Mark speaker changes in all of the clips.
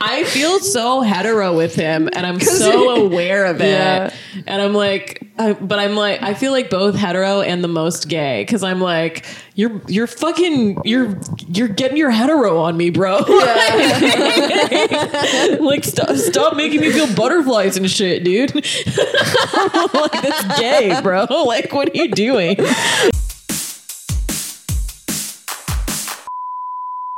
Speaker 1: I feel so hetero with him, and I'm so aware of it.
Speaker 2: Yeah.
Speaker 1: And I'm like, I, but I'm like, I feel like both hetero and the most gay because I'm like, you're you're fucking you're you're getting your hetero on me, bro. like, stop stop making me feel butterflies and shit, dude. like that's gay, bro. Like, what are you doing?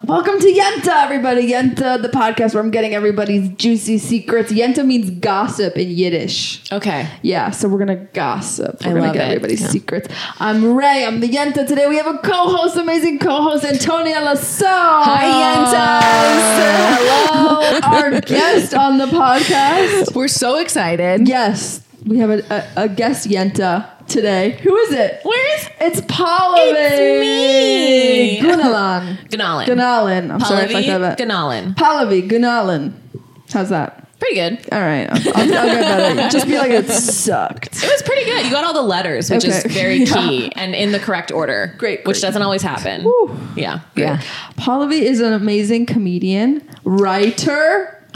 Speaker 2: Welcome to Yenta, everybody. Yenta, the podcast where I'm getting everybody's juicy secrets. Yenta means gossip in Yiddish.
Speaker 1: Okay.
Speaker 2: Yeah, so we're gonna gossip. We're
Speaker 1: I
Speaker 2: gonna
Speaker 1: love
Speaker 2: get
Speaker 1: it.
Speaker 2: everybody's
Speaker 1: Yeah.
Speaker 2: secrets. I'm Ray. I'm the Yenta. Today we have a co-host, amazing co-host, Antonia Lasso. Hi, Yenta. Hello, our guest on the podcast.
Speaker 3: We're so excited.
Speaker 2: Yes, we have a, a, a guest Yenta today. Who is it?
Speaker 1: Where is
Speaker 2: It's Paula.
Speaker 1: It's me.
Speaker 2: Gunalan.
Speaker 1: Ganalin?
Speaker 2: Gunalan. I'm sorry if I said that.
Speaker 1: Ganalin.
Speaker 2: Pallavi Gunalan. How's that?
Speaker 1: Pretty good.
Speaker 2: All right. I'll, I'll, I'll get better. Just be like, it sucked.
Speaker 1: It was pretty good. You got all the letters, which
Speaker 2: Okay.
Speaker 1: is very
Speaker 2: Yeah.
Speaker 1: key and in the correct order.
Speaker 2: Great,
Speaker 1: Which
Speaker 2: great.
Speaker 1: doesn't always happen.
Speaker 2: Whew.
Speaker 1: Yeah.
Speaker 3: Yeah.
Speaker 2: Pallavi is an amazing comedian, writer,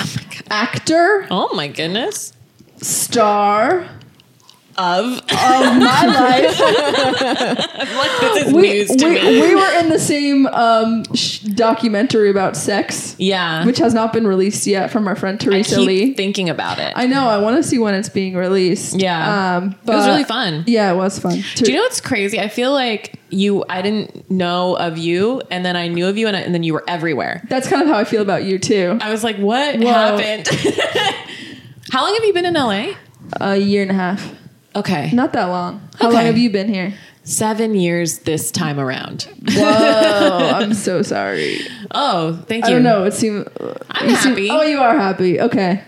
Speaker 2: actor,
Speaker 1: Oh my goodness.
Speaker 2: star
Speaker 1: Of
Speaker 2: of my life.
Speaker 1: like this is
Speaker 2: We,
Speaker 1: news to
Speaker 2: we,
Speaker 1: me.
Speaker 2: we were in the same um, sh- documentary about sex,
Speaker 1: yeah.
Speaker 2: which has not been released yet from our friend
Speaker 1: I
Speaker 2: Teresa
Speaker 1: keep
Speaker 2: Lee.
Speaker 1: thinking about it.
Speaker 2: I know. I want to see when it's being released.
Speaker 1: Yeah.
Speaker 2: Um,
Speaker 1: It was
Speaker 2: but-
Speaker 1: really fun.
Speaker 2: Yeah, it was fun.
Speaker 1: Do you know what's crazy? I feel like you I didn't know of you and then I knew of you and, I, and then you were everywhere.
Speaker 2: That's kind of how I feel about you too.
Speaker 1: I was like, what
Speaker 2: Whoa.
Speaker 1: happened? How long have you been in LA?
Speaker 2: A year and a half.
Speaker 1: Okay.
Speaker 2: Not that long. How
Speaker 1: Okay.
Speaker 2: long have you been here?
Speaker 1: 7 years this time around.
Speaker 2: Whoa, I'm so sorry.
Speaker 1: Oh, thank
Speaker 2: I
Speaker 1: you.
Speaker 2: don't know. It seemed.
Speaker 1: I'm
Speaker 2: you seem-
Speaker 1: happy.
Speaker 2: oh, you are happy. Okay.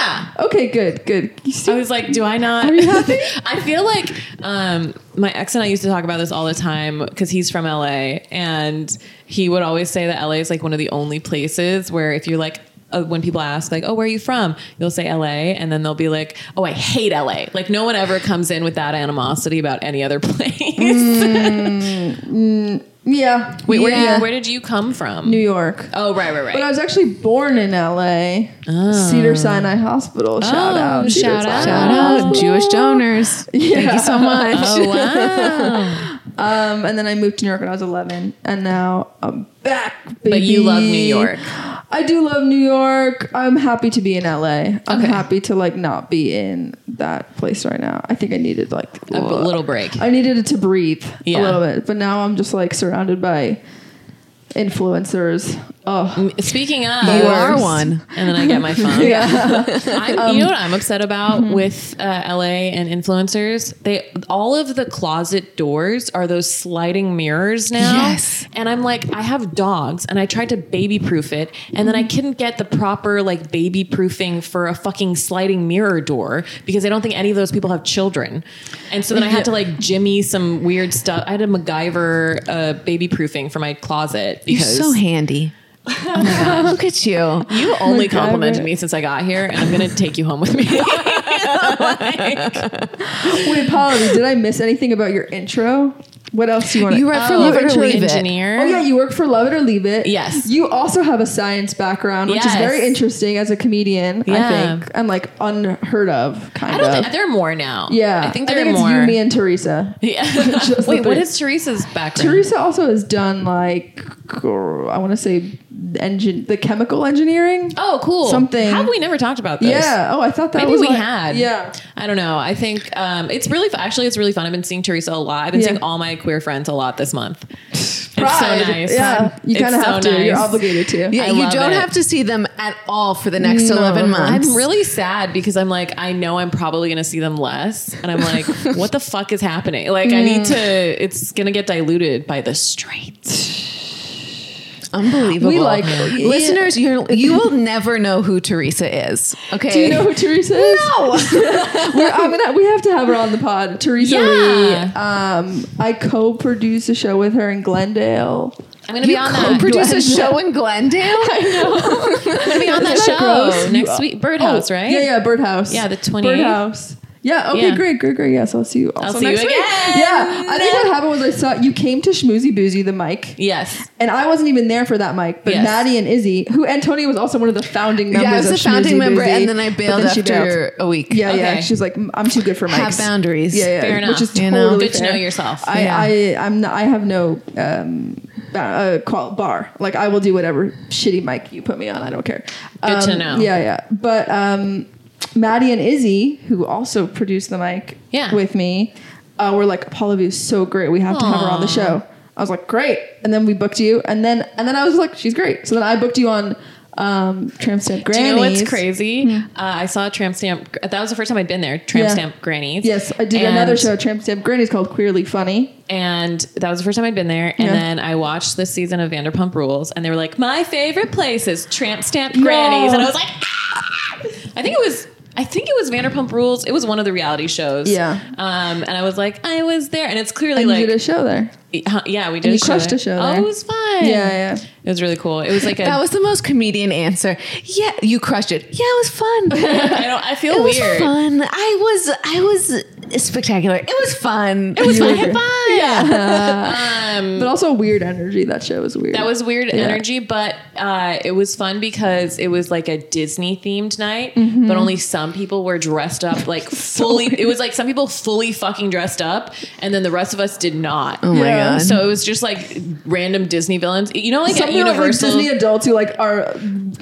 Speaker 1: Yeah.
Speaker 2: Okay. Good. Good. You
Speaker 1: I
Speaker 2: seem-
Speaker 1: was like, do I not?
Speaker 2: Are you happy?
Speaker 1: I feel like um, my ex and I used to talk about this all the time because he's from LA, and he would always say that LA is like one of the only places where if you're like. Uh, when people ask like, "Oh, where are you from?" You'll say LA, and then they'll be like, "Oh, I hate LA." Like no one ever comes in with that animosity about any other place.
Speaker 2: Mm, yeah.
Speaker 1: Wait, where,
Speaker 2: yeah.
Speaker 1: did you, where did you come from?
Speaker 2: New York.
Speaker 1: oh, right, right, right.
Speaker 2: But I was actually born in L.A. Cedar Sinai Hospital. Shout
Speaker 1: Oh,
Speaker 2: out. Cedar
Speaker 1: shout
Speaker 2: Sinai
Speaker 1: out.
Speaker 3: Shout out Jewish donors. Thank
Speaker 2: Yeah.
Speaker 3: you so much.
Speaker 1: oh wow!
Speaker 2: Um, and then I moved to New York when I was 11, and now I'm back. Baby.
Speaker 1: but you love New York.
Speaker 2: I do love New York. I'm happy to be in LA. I'm
Speaker 1: Okay.
Speaker 2: happy to like not be in that place right now. I think I needed like
Speaker 1: A b- little break.
Speaker 2: I needed it to breathe
Speaker 1: Yeah.
Speaker 2: a little bit, but now I'm just like surrounded by influencers. Oh,
Speaker 1: Speaking of,
Speaker 3: You
Speaker 2: are
Speaker 3: are one. Um,
Speaker 1: and then I get my phone.
Speaker 2: yeah.
Speaker 1: I'm, you know what I'm upset about
Speaker 3: mm-hmm.
Speaker 1: with uh, LA and influencers? They all of the closet doors are those sliding mirrors now.
Speaker 3: Yes.
Speaker 1: And I'm like, I have dogs, and I tried to baby proof it, and then I
Speaker 3: Mm-hmm.
Speaker 1: couldn't get the proper like baby proofing for a fucking sliding mirror door because I don't think any of those people have children. And so then I had to like jimmy some weird stuff. I had a MacGyver uh, baby proofing for my closet
Speaker 3: You're
Speaker 1: because
Speaker 3: so handy. Oh my God, look at you.
Speaker 1: you only complimented
Speaker 2: MacGyver.
Speaker 1: me since I got here, and I'm gonna take you home with me.
Speaker 2: Wait, Polly, did I miss anything about your intro? What else do you want?
Speaker 3: You write for Love It or
Speaker 2: intro
Speaker 3: Leave It.
Speaker 1: engineer.
Speaker 2: Oh yeah, you work for Love It or Leave It.
Speaker 1: Yes.
Speaker 2: You also have a science background, which is
Speaker 1: Yes.
Speaker 2: very interesting as a comedian,
Speaker 1: Yeah.
Speaker 2: I think. And like unheard of kind
Speaker 1: I don't
Speaker 2: of.
Speaker 1: think there are more now.
Speaker 2: yeah.
Speaker 1: I think there are
Speaker 2: it's
Speaker 1: more.
Speaker 2: you, me, and Teresa.
Speaker 1: yeah.
Speaker 2: Just the
Speaker 1: Wait, what
Speaker 2: three.
Speaker 1: is Teresa's background?
Speaker 2: Teresa also has done like gr- I want to say engine the chemical engineering.
Speaker 1: oh, cool.
Speaker 2: Something.
Speaker 1: How have we never talked about this?
Speaker 2: Yeah. Oh, I thought that
Speaker 1: Maybe
Speaker 2: was
Speaker 1: we
Speaker 2: like-
Speaker 1: had.
Speaker 2: Yeah.
Speaker 1: I don't know. I think um, it's really fun. Actually, it's really fun. I've been seeing Teresa a lot. I've been
Speaker 2: Yeah.
Speaker 1: seeing all my queer friends a lot this month. It's so
Speaker 2: Pride.
Speaker 1: nice.
Speaker 2: Yeah. You
Speaker 1: It's
Speaker 2: kind of have
Speaker 1: so
Speaker 2: to. You're
Speaker 1: nice.
Speaker 2: obligated to.
Speaker 3: Yeah,
Speaker 1: I
Speaker 3: you
Speaker 1: love
Speaker 3: don't
Speaker 1: it.
Speaker 3: have to see them at all for the next
Speaker 2: No.
Speaker 3: 11 months.
Speaker 1: I'm really sad because I'm like, I know I'm probably going to see them less. And I'm like, what the fuck is happening? Like, I
Speaker 2: Mm.
Speaker 1: need to, it's going to get diluted by the straight.
Speaker 3: unbelievable.
Speaker 2: We like- Yeah.
Speaker 3: listeners, you you will never know who Teresa is. Okay.
Speaker 2: Do you know who Teresa is? We're, I'm gonna, we have to have her on the pod. Teresa
Speaker 1: Yeah.
Speaker 2: Lee. Um, I co-produced a show with her in Glendale.
Speaker 1: I'm going to be on that.
Speaker 3: Produce
Speaker 2: Glendale.
Speaker 3: a show in Glendale?
Speaker 1: I'm going to be on that
Speaker 2: Isn't
Speaker 1: show
Speaker 2: that gross? Oh,
Speaker 1: next week. Birdhouse, right?
Speaker 2: Yeah, yeah, Birdhouse.
Speaker 1: Yeah, the 28th.
Speaker 2: Birdhouse. Yeah. Okay.
Speaker 1: Yeah.
Speaker 2: Great. Great. Great. Yes. I'll see you. Also
Speaker 1: see you
Speaker 2: next week.
Speaker 1: again.
Speaker 2: Yeah. I think what happened was I saw you came to Schmoozy Boozy the mic,
Speaker 1: Yes.
Speaker 2: and I wasn't even there for that mic, but
Speaker 1: Yes.
Speaker 2: Maddie and Izzy, who Antonia was also one of the founding members.
Speaker 3: Yeah, I was
Speaker 2: of
Speaker 3: a founding
Speaker 2: Schmoozy
Speaker 3: member,
Speaker 2: Boozy,
Speaker 3: and then I
Speaker 2: but
Speaker 3: bailed
Speaker 2: then she
Speaker 3: after
Speaker 2: bailed.
Speaker 3: a week.
Speaker 2: Yeah. Yeah.
Speaker 1: Okay.
Speaker 2: She's like, "Mm, I'm too good for mics.
Speaker 3: Have boundaries.
Speaker 2: Yeah. Yeah.
Speaker 1: Fair
Speaker 2: Which
Speaker 1: enough.
Speaker 2: is totally
Speaker 3: You know?
Speaker 1: Good to
Speaker 2: fair.
Speaker 1: know yourself.
Speaker 2: I,
Speaker 3: Yeah.
Speaker 2: I I'm not. I have no um ba- uh, call bar. Like I will do whatever shitty mic you put me on. I don't care.
Speaker 1: Good to
Speaker 2: Um,
Speaker 1: know.
Speaker 2: Yeah, yeah. But um, Maddie and Izzy, who also produced the mic
Speaker 1: Yeah.
Speaker 2: with me, uh, were like, "Paula V is so great. We have to have her on the
Speaker 1: Aw.
Speaker 2: show." I was like, "Great!" And then we booked you, and then and then I was like, "She's great." So then I booked you on um, Tramstead Grannies. Hmm.
Speaker 1: Do you know what's crazy? Uh, I saw Tramp Stamp. That was the first time I'd been there. Tramp
Speaker 2: Yeah.
Speaker 1: Stamp Grannies.
Speaker 2: Yes, I did
Speaker 1: And-
Speaker 2: another show at Tramstead Grannies called Queerly Funny.
Speaker 1: and that was the first time I'd been there. And
Speaker 2: Yeah.
Speaker 1: then I watched this season of Vanderpump Rules, and they were like, "My favorite place is Tramp Stamp Grannies," and I was like, "Ah!" "I think it was." I think it was Vanderpump Rules. It was one of the reality shows.
Speaker 2: Yeah.
Speaker 1: Um, and I was like, I was there, and it's clearly
Speaker 2: And you did a
Speaker 1: like, uh,
Speaker 2: show there.
Speaker 1: Huh, yeah, we did.
Speaker 2: and
Speaker 1: a
Speaker 2: you crushed
Speaker 1: there.
Speaker 2: a show
Speaker 1: Oh,
Speaker 2: there.
Speaker 1: it was fun.
Speaker 2: Yeah, yeah.
Speaker 1: It was really cool. It was like a.
Speaker 3: That was the most comedian answer. Yeah, you crushed it. Yeah, it was fun.
Speaker 1: I, don't, I feel
Speaker 3: It was
Speaker 1: weird.
Speaker 3: fun. I was I was spectacular. It was fun.
Speaker 1: It was
Speaker 2: You
Speaker 1: fun.
Speaker 2: were-
Speaker 1: Had fun. Yeah. um,
Speaker 2: But also weird energy. That show was weird.
Speaker 1: That was weird energy, but uh, it was fun because it was like a Disney themed night,
Speaker 3: Mm-hmm.
Speaker 1: but only some people were dressed up like fully. It was like some people fully fucking dressed up, and then the rest of us did not.
Speaker 3: Oh my
Speaker 2: Yeah.
Speaker 3: god.
Speaker 1: So it was just like random Disney villains. You know, like at
Speaker 2: Some people are, like,
Speaker 1: Universal.
Speaker 2: Disney adults who like are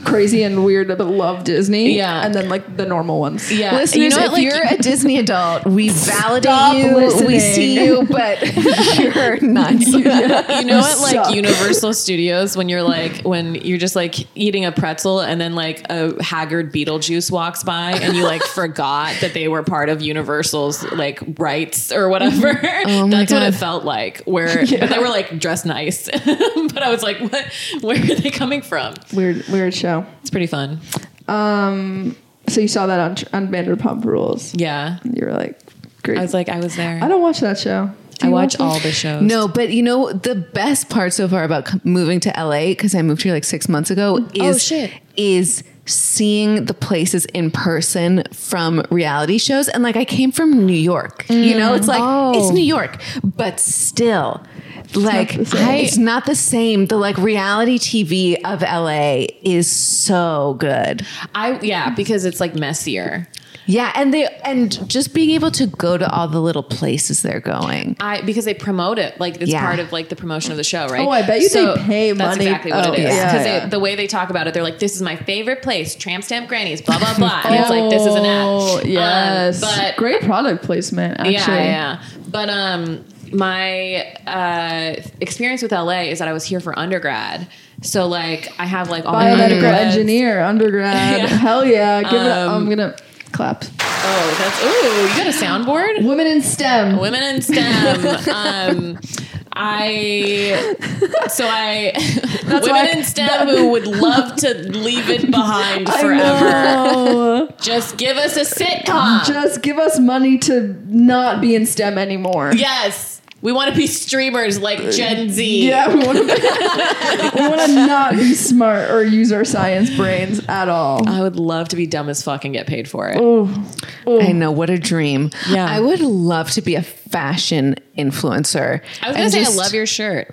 Speaker 2: crazy and weird but love Disney.
Speaker 1: Yeah.
Speaker 2: and then like the normal ones.
Speaker 1: yeah,
Speaker 3: Listeners,
Speaker 1: you know,
Speaker 3: if
Speaker 1: what, like,
Speaker 3: you're a Disney adult, we validate
Speaker 2: Stop
Speaker 3: you.
Speaker 2: listening.
Speaker 3: We see you, but you're nuts.
Speaker 1: you know at like
Speaker 2: suck.
Speaker 1: Universal Studios when you're like when you're just like eating a pretzel and then like a haggard Beetlejuice walks by and you like forgot that they were part of Universal's like rights or whatever.
Speaker 3: Oh my
Speaker 1: That's what
Speaker 3: God.
Speaker 1: it felt like. Where but they were like dressed nice, but I was like, what? Where are they coming from?
Speaker 2: Weird, weird show.
Speaker 1: It's pretty fun.
Speaker 2: Um, so you saw that on on Vanderpump Rules.
Speaker 1: Yeah,
Speaker 2: You were like, great.
Speaker 1: I was like, I was there.
Speaker 2: I don't watch that show. Do
Speaker 1: I
Speaker 2: you
Speaker 1: watch
Speaker 2: it?
Speaker 1: all the shows.
Speaker 3: No, but you know the best part so far about com- moving to LA because I moved here like six months ago is
Speaker 1: shit.
Speaker 3: is seeing the places in person from reality shows and like I came from New York. You know, it's like it's New York, but still. Like
Speaker 2: the same.
Speaker 3: I, it's Oh. not the same. The like reality TV of LA is so good.
Speaker 1: I yeah because it's like messier.
Speaker 3: Yeah, and they and just being able to go to all the little places they're going.
Speaker 1: I because they promote it like it's
Speaker 3: Yeah.
Speaker 1: part of like the promotion of the show, right?
Speaker 2: Oh, I bet you they pay
Speaker 1: That's
Speaker 2: money.
Speaker 1: exactly what
Speaker 2: Oh,
Speaker 1: it is
Speaker 2: yeah,
Speaker 1: because
Speaker 2: yeah.
Speaker 1: the way they talk about it, they're like, "This is my favorite place, tramp stamp grannies, blah blah blah," and it's like this is an
Speaker 2: Oh,
Speaker 1: ad.
Speaker 2: Yes,
Speaker 1: um, but
Speaker 2: great product placement. Actually,
Speaker 1: yeah, yeah. But um, my uh, experience with LA is that I was here for undergrad, so like I have like all my
Speaker 2: biomedical
Speaker 1: undergrads.
Speaker 2: engineer, undergrad.
Speaker 1: Mm-hmm. Yeah.
Speaker 2: Hell yeah! Give it. Up.
Speaker 1: Um,
Speaker 2: I'm gonna clap.
Speaker 1: Oh, that's ooh, you got a soundboard.
Speaker 2: Women in STEM.
Speaker 1: women in STEM. um, I so I women
Speaker 2: why-
Speaker 1: in STEM who would love to leave it behind
Speaker 2: I
Speaker 1: forever.
Speaker 2: know.
Speaker 1: Just give us a sitcom.
Speaker 2: Just give us money to not be in STEM anymore.
Speaker 1: yes, we want to be streamers like Gen Z.
Speaker 2: Yeah, we want to we want to not be smart or use our science brains at all.
Speaker 1: I would love to be dumb as fuck and get paid for it.
Speaker 3: I know what a dream.
Speaker 1: Yeah.
Speaker 3: I would love to be a fashion influencer.
Speaker 1: I was gonna
Speaker 3: and
Speaker 1: say
Speaker 3: just-
Speaker 1: I love your shirt.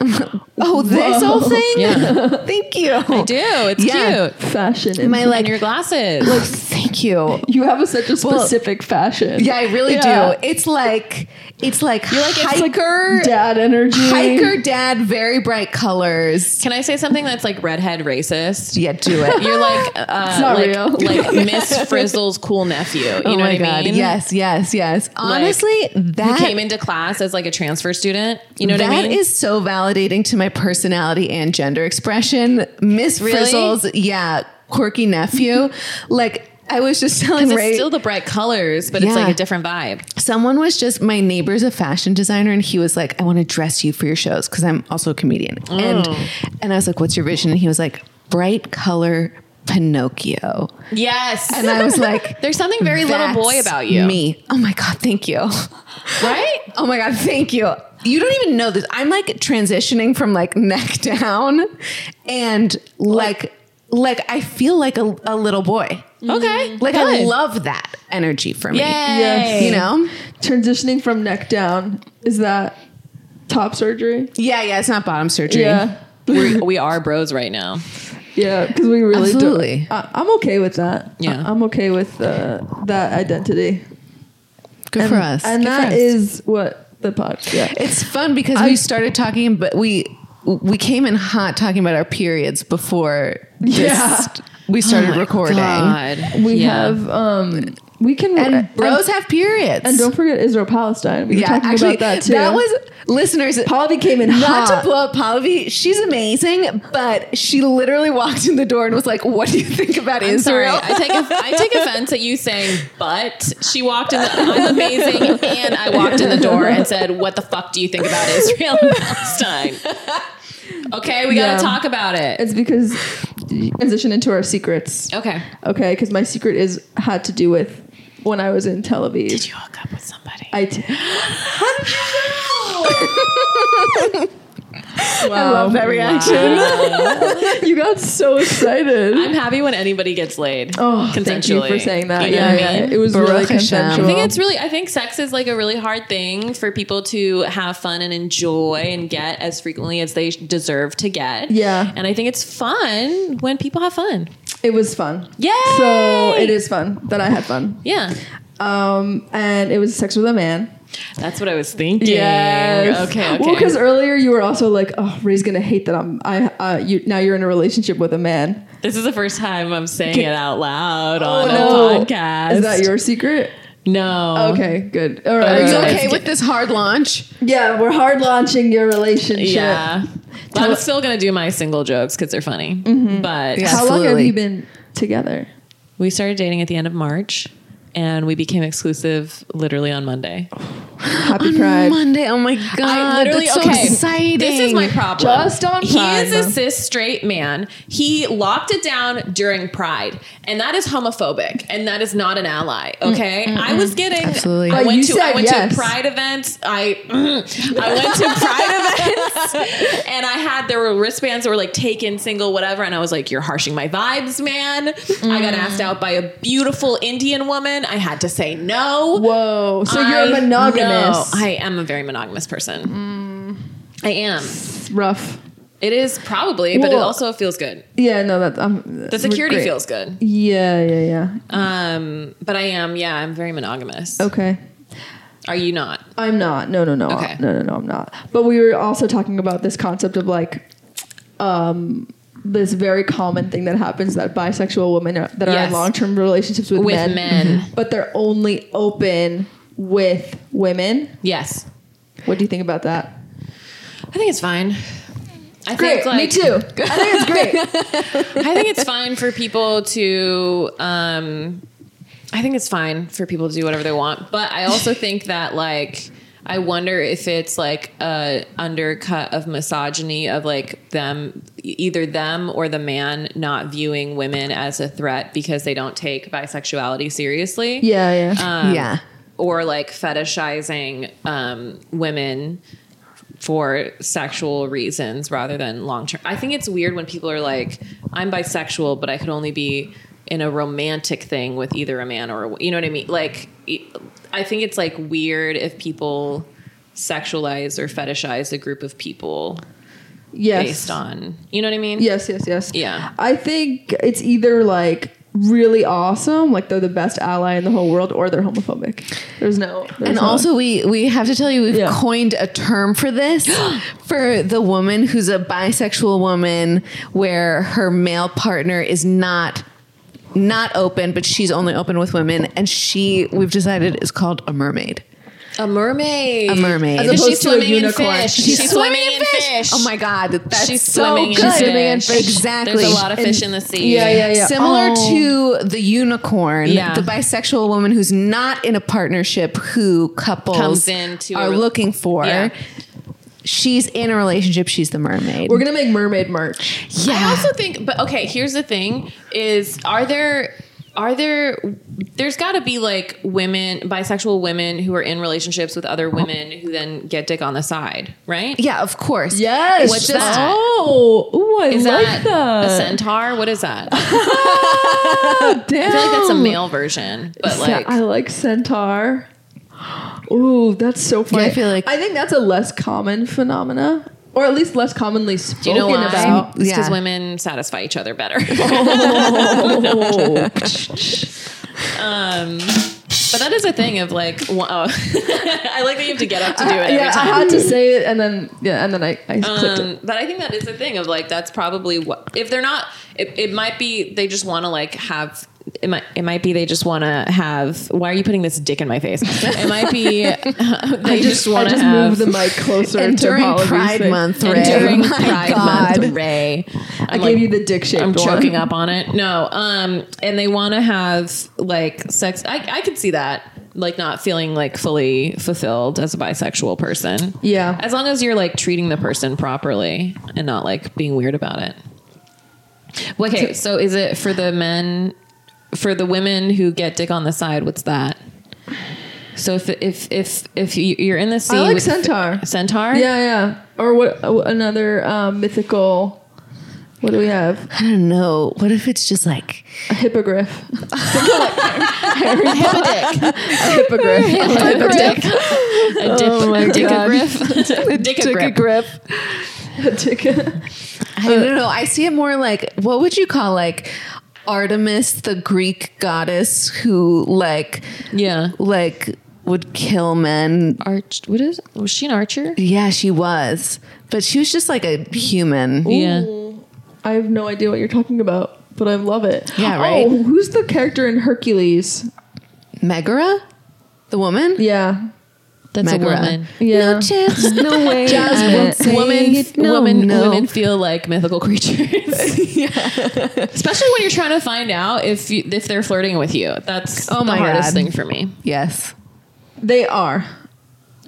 Speaker 3: Oh, this
Speaker 2: Whoa.
Speaker 3: whole thing.
Speaker 1: Yeah.
Speaker 3: thank you. I
Speaker 1: Do it's
Speaker 3: Yeah.
Speaker 1: cute.
Speaker 2: Fashion. and
Speaker 3: My
Speaker 1: And
Speaker 3: like,
Speaker 1: your glasses.
Speaker 3: thank you.
Speaker 2: you have a, such a
Speaker 3: Well,
Speaker 2: specific fashion.
Speaker 3: Yeah, I really
Speaker 2: Yeah.
Speaker 3: do. It's like it's like you like
Speaker 1: it's like
Speaker 3: hiker
Speaker 2: Dad energy.
Speaker 3: hiker dad, very bright colors.
Speaker 1: Can I say something that's like redhead racist?
Speaker 3: Yeah, do it.
Speaker 1: You're like uh,
Speaker 2: not
Speaker 1: like,
Speaker 2: real.
Speaker 1: like Miss Frizzle's cool nephew. You know
Speaker 3: oh my
Speaker 1: what I
Speaker 3: god.
Speaker 1: mean?
Speaker 3: Yes, yes, yes. Honestly, that
Speaker 1: came into class as like a transfer student. You know what I
Speaker 3: That
Speaker 1: mean?
Speaker 3: is so validating to my personality and gender expression. Miss
Speaker 1: Really?
Speaker 3: Frizzle's, yeah, quirky nephew. like I was just telling
Speaker 1: it's
Speaker 3: Ray,
Speaker 1: still the bright colors, but it's
Speaker 3: Yeah.
Speaker 1: like a different vibe.
Speaker 3: someone was just my neighbor's a fashion designer, and he was like, "I want to dress you for your shows because I'm also a comedian."
Speaker 1: Oh.
Speaker 3: And and I was like, "What's your vision?" And he was like, "Bright color Pinocchio."
Speaker 1: Yes.
Speaker 3: And I was like,
Speaker 1: there's something very little boy
Speaker 3: "That's
Speaker 1: about you.
Speaker 3: me." Oh my god, thank you.
Speaker 1: Right?
Speaker 3: Oh my god, thank you. You don't even know this. I'm like transitioning from like neck down and like like, like I feel like a, a little boy.
Speaker 1: Okay.
Speaker 3: Like I
Speaker 1: Good.
Speaker 3: love that energy for me.
Speaker 1: Yay.
Speaker 2: Yes.
Speaker 3: You know?
Speaker 2: Transitioning from neck down is that top surgery?
Speaker 3: Yeah, yeah, it's not bottom surgery.
Speaker 2: Yeah.
Speaker 1: We're, we are bros right now.
Speaker 2: Yeah, because we really do-
Speaker 3: Absolutely.
Speaker 2: I, I'm okay with that.
Speaker 1: Yeah.
Speaker 2: I, am okay with uh, that identity.
Speaker 3: Good
Speaker 2: and,
Speaker 3: for us.
Speaker 2: And
Speaker 3: Good for
Speaker 2: that
Speaker 3: us.
Speaker 2: is what the pod. Yeah.
Speaker 3: It's fun because we started talking, but we we came in hot talking about our periods before this,
Speaker 2: Yeah. Oh
Speaker 3: we started recording.
Speaker 1: God.
Speaker 2: We
Speaker 1: Yeah.
Speaker 2: have um we can
Speaker 3: And bros have periods.
Speaker 2: and don't forget Israel Palestine. We were talking about that too.
Speaker 3: was listeners.
Speaker 2: Polly came in
Speaker 3: Not
Speaker 2: hot.
Speaker 3: to blow up Pallavi, she's amazing, but she literally walked in the door and was like, "What do you think about
Speaker 1: I'm sorry.
Speaker 3: Israel?"
Speaker 1: I take I take offense at you saying, but she walked in. The, I'm amazing, and I walked in the door and said, "What the fuck do you think about Israel and Palestine?" Okay, we
Speaker 2: Yeah.
Speaker 1: gotta talk about it.
Speaker 2: it's because transition into our secrets.
Speaker 1: Okay.
Speaker 2: Okay, because my secret is had to do with when I was in Tel Aviv.
Speaker 1: Did you hook up with somebody?
Speaker 2: I t- How did you know? wow.
Speaker 3: I love that reaction.
Speaker 2: You got so excited.
Speaker 1: I'm happy when anybody gets laid.
Speaker 2: oh, thank you for
Speaker 1: consensually.
Speaker 2: saying that.
Speaker 1: You know
Speaker 2: yeah,
Speaker 1: what I
Speaker 2: yeah.
Speaker 1: mean?
Speaker 2: it was
Speaker 3: Baruch
Speaker 2: really
Speaker 3: Hashem.
Speaker 2: consensual.
Speaker 1: I think it's really. I think sex is like a really hard thing for people to have fun and enjoy and get as frequently as they deserve to get.
Speaker 2: Yeah.
Speaker 1: and I think it's fun when people have fun.
Speaker 2: it was fun.
Speaker 1: Yay!
Speaker 2: So it is fun that I had fun.
Speaker 1: Yeah,
Speaker 2: Um, and it was sex with a man.
Speaker 1: that's what I was thinking. Okay. Okay.
Speaker 2: Well, because earlier you were also like, "Oh, Ray's gonna hate that I'm I uh, you now you're in a relationship with a man."
Speaker 1: this is the first time I'm saying it out loud on a podcast.
Speaker 2: Oh, Is that your secret?
Speaker 1: no?
Speaker 2: Okay, good. All right.
Speaker 3: Are you
Speaker 1: Alright.
Speaker 3: okay with this hard launch?
Speaker 2: Yeah, we're hard launching your relationship.
Speaker 1: Yeah. But I'm still gonna do my single jokes because they're funny.
Speaker 2: Mm-hmm.
Speaker 1: But
Speaker 3: Yeah.
Speaker 2: How long have
Speaker 3: Absolutely.
Speaker 2: you been together?
Speaker 1: we started dating at the end of March, and we became exclusive literally on Monday.
Speaker 2: Happy Pride.
Speaker 3: Monday. Oh my god! that's so exciting.
Speaker 1: This is my problem.
Speaker 2: Just on
Speaker 1: He
Speaker 2: Pride
Speaker 1: is a
Speaker 2: month.
Speaker 1: cis straight man. He locked it down during Pride, and that is homophobic, and that is not an ally.
Speaker 2: Mm,
Speaker 1: Okay, I was getting.
Speaker 3: Absolutely.
Speaker 1: I
Speaker 2: But you
Speaker 1: went to.
Speaker 2: said
Speaker 1: I went
Speaker 2: yes.
Speaker 1: to Pride events. I mm, I went to Pride events, and I had there were wristbands that were like taken single whatever, and I was like, "You're harshing my vibes, man." I
Speaker 2: Mm.
Speaker 1: got asked out by a beautiful Indian woman. I had to say no.
Speaker 2: Whoa. So you're
Speaker 1: I
Speaker 2: a monogamous.
Speaker 1: know. I am a very monogamous person. I am.
Speaker 2: It's rough.
Speaker 1: It is probably, but it
Speaker 2: Well-
Speaker 1: also feels good.
Speaker 2: Yeah, no, that I'm
Speaker 1: The security feels good.
Speaker 2: Yeah, yeah, yeah.
Speaker 1: Um, but I am, yeah, I'm very monogamous.
Speaker 2: Okay.
Speaker 1: Are you not?
Speaker 2: I'm not. No, no, no.
Speaker 1: Okay.
Speaker 2: No, no, no, I'm not. But we were also talking about this concept of like um this very common thing that happens that bisexual women are, that are in
Speaker 1: Yes.
Speaker 2: long-term relationships with,
Speaker 1: With
Speaker 2: men, Mm-hmm.
Speaker 1: men.
Speaker 2: but they're only open with women.
Speaker 1: Yes.
Speaker 2: What do you think about that?
Speaker 1: I think it's fine. I
Speaker 2: Great.
Speaker 1: think like
Speaker 2: Me too. I think it's great.
Speaker 1: I think it's fine for people to um I think it's fine for people to do whatever they want, but I also think that like I wonder if it's like a undercut of misogyny of like them either them or the man not viewing women as a threat because they don't take bisexuality seriously
Speaker 2: yeah,
Speaker 1: Uh,
Speaker 2: yeah.
Speaker 3: yeah.
Speaker 1: Um, or like fetishizing um, women for sexual reasons rather than long term. I think it's weird when people are like, I'm bisexual, but I could only be in a romantic thing with either a man or a, wo-" you know what I mean? Like, it- I think it's like weird if people sexualize or fetishize a group of people
Speaker 2: yes.
Speaker 1: based on, you know what I mean?
Speaker 2: Yes, yes, yes.
Speaker 1: Yeah.
Speaker 2: I think it's either like really awesome, like they're the best ally in the whole world, or they're homophobic. There's no. There's
Speaker 3: And
Speaker 2: no-
Speaker 3: also, we we have to tell you, we've
Speaker 2: Yeah.
Speaker 3: coined a term for this for the woman who's a bisexual woman, where her male partner is not not open, but she's only open with women, and she we've decided is called a mermaid.
Speaker 1: A mermaid.
Speaker 3: A mermaid. As
Speaker 1: Because
Speaker 2: opposed
Speaker 1: she's
Speaker 2: to a
Speaker 1: swimming in
Speaker 2: unicorn.
Speaker 1: fish.
Speaker 2: She's
Speaker 1: swimming in fish.
Speaker 3: Oh my god, that's
Speaker 1: she's
Speaker 3: so
Speaker 1: swimming
Speaker 3: good.
Speaker 1: in fish.
Speaker 3: Exactly.
Speaker 1: There's a lot of fish in the sea.
Speaker 2: Yeah, yeah, yeah.
Speaker 3: Similar
Speaker 2: Oh.
Speaker 3: to the unicorn,
Speaker 1: Yeah.
Speaker 3: the bisexual woman who's not in a partnership, who couples
Speaker 1: Comes into a
Speaker 3: are
Speaker 1: re-
Speaker 3: looking for.
Speaker 1: Yeah.
Speaker 3: She's in a relationship. She's the mermaid.
Speaker 2: We're gonna make mermaid merch.
Speaker 3: yeah.
Speaker 1: I also think, but okay, here's the thing: is are there are there there's got to be like women bisexual women who are in relationships with other women who then get dick on the side right
Speaker 3: Yeah, of course.
Speaker 2: Yes.
Speaker 1: What's
Speaker 3: just-
Speaker 1: that?
Speaker 2: Oh, ooh, I
Speaker 1: is
Speaker 2: like
Speaker 1: that,
Speaker 2: that.
Speaker 1: a centaur what is that i
Speaker 2: Damn.
Speaker 1: feel like that's a male version but
Speaker 2: Um, Yeah,
Speaker 1: like
Speaker 2: I like centaur. Ooh, that's so funny.
Speaker 3: I feel like-
Speaker 2: I think that's a less common phenomena, or at least less commonly
Speaker 1: do
Speaker 2: spoken
Speaker 1: you know why
Speaker 2: about.
Speaker 1: it's because
Speaker 3: Yeah.
Speaker 1: women satisfy each other better
Speaker 2: Oh.
Speaker 1: um but that is a thing of like wow i like that you have to get up to do it every
Speaker 2: yeah, I
Speaker 1: time
Speaker 2: had to say it, and then yeah, and then I, I clicked it.
Speaker 1: Um, but I think that is the thing of like that's probably what if they're not it, it might be they just want to like have it might it might be they just want to have why are you putting this dick in my face it might be they just,
Speaker 2: I
Speaker 1: want to
Speaker 2: just
Speaker 1: have
Speaker 2: moved the mic closer
Speaker 3: And
Speaker 2: to
Speaker 3: during
Speaker 2: Pallady's
Speaker 3: Pride
Speaker 2: face.
Speaker 3: Month,
Speaker 1: and
Speaker 3: Ray.
Speaker 1: during
Speaker 3: My
Speaker 1: Pride
Speaker 3: God.
Speaker 1: Month Ray I'm
Speaker 2: I gave you the dick shape.
Speaker 1: I'm choking up on it no um and they want to have like sex I I could see that like not feeling like fully fulfilled as a bisexual person
Speaker 2: Yeah.
Speaker 1: as long as you're like treating the person properly and not like being weird about it. Okay, so is it for the men, for the women who get dick on the side? What's that? So if if if if you- you're in the sea,
Speaker 2: I like
Speaker 1: with-
Speaker 2: centaur.
Speaker 1: centaur.
Speaker 2: Yeah, yeah. Or what? uh, Another um, mythical. What do we have?
Speaker 3: I don't know. What if it's just like
Speaker 2: A hippogriff. A hippogriff.
Speaker 1: a dick, a dip,
Speaker 2: Oh my
Speaker 1: a dick
Speaker 2: God.
Speaker 1: a dick a grip.
Speaker 3: grip.
Speaker 2: A dick.
Speaker 3: I don't know. I see it more like what would you call like Artemis, the Greek goddess who like
Speaker 1: Yeah,
Speaker 3: like would kill men.
Speaker 1: arch. What is? Was she an archer?
Speaker 3: Yeah, she was, but she was just like a human.
Speaker 1: Yeah,
Speaker 2: I have no idea what you're talking about, but I love it.
Speaker 3: Yeah, right?
Speaker 2: Oh, who's the character in Hercules?
Speaker 3: Megara, the woman.
Speaker 2: Yeah.
Speaker 1: that's
Speaker 3: Megara.
Speaker 1: a woman.
Speaker 2: Yeah.
Speaker 3: No chance, no way.
Speaker 1: Uh,
Speaker 2: Jasmine.
Speaker 3: Say
Speaker 1: Women,
Speaker 3: it, no,
Speaker 1: women,
Speaker 3: no.
Speaker 1: women feel like mythical creatures. Especially when you're trying to find out if you, if they're flirting with you. That's
Speaker 3: Oh my
Speaker 1: the hardest
Speaker 3: God.
Speaker 1: thing for me.
Speaker 3: Yes.
Speaker 2: They are.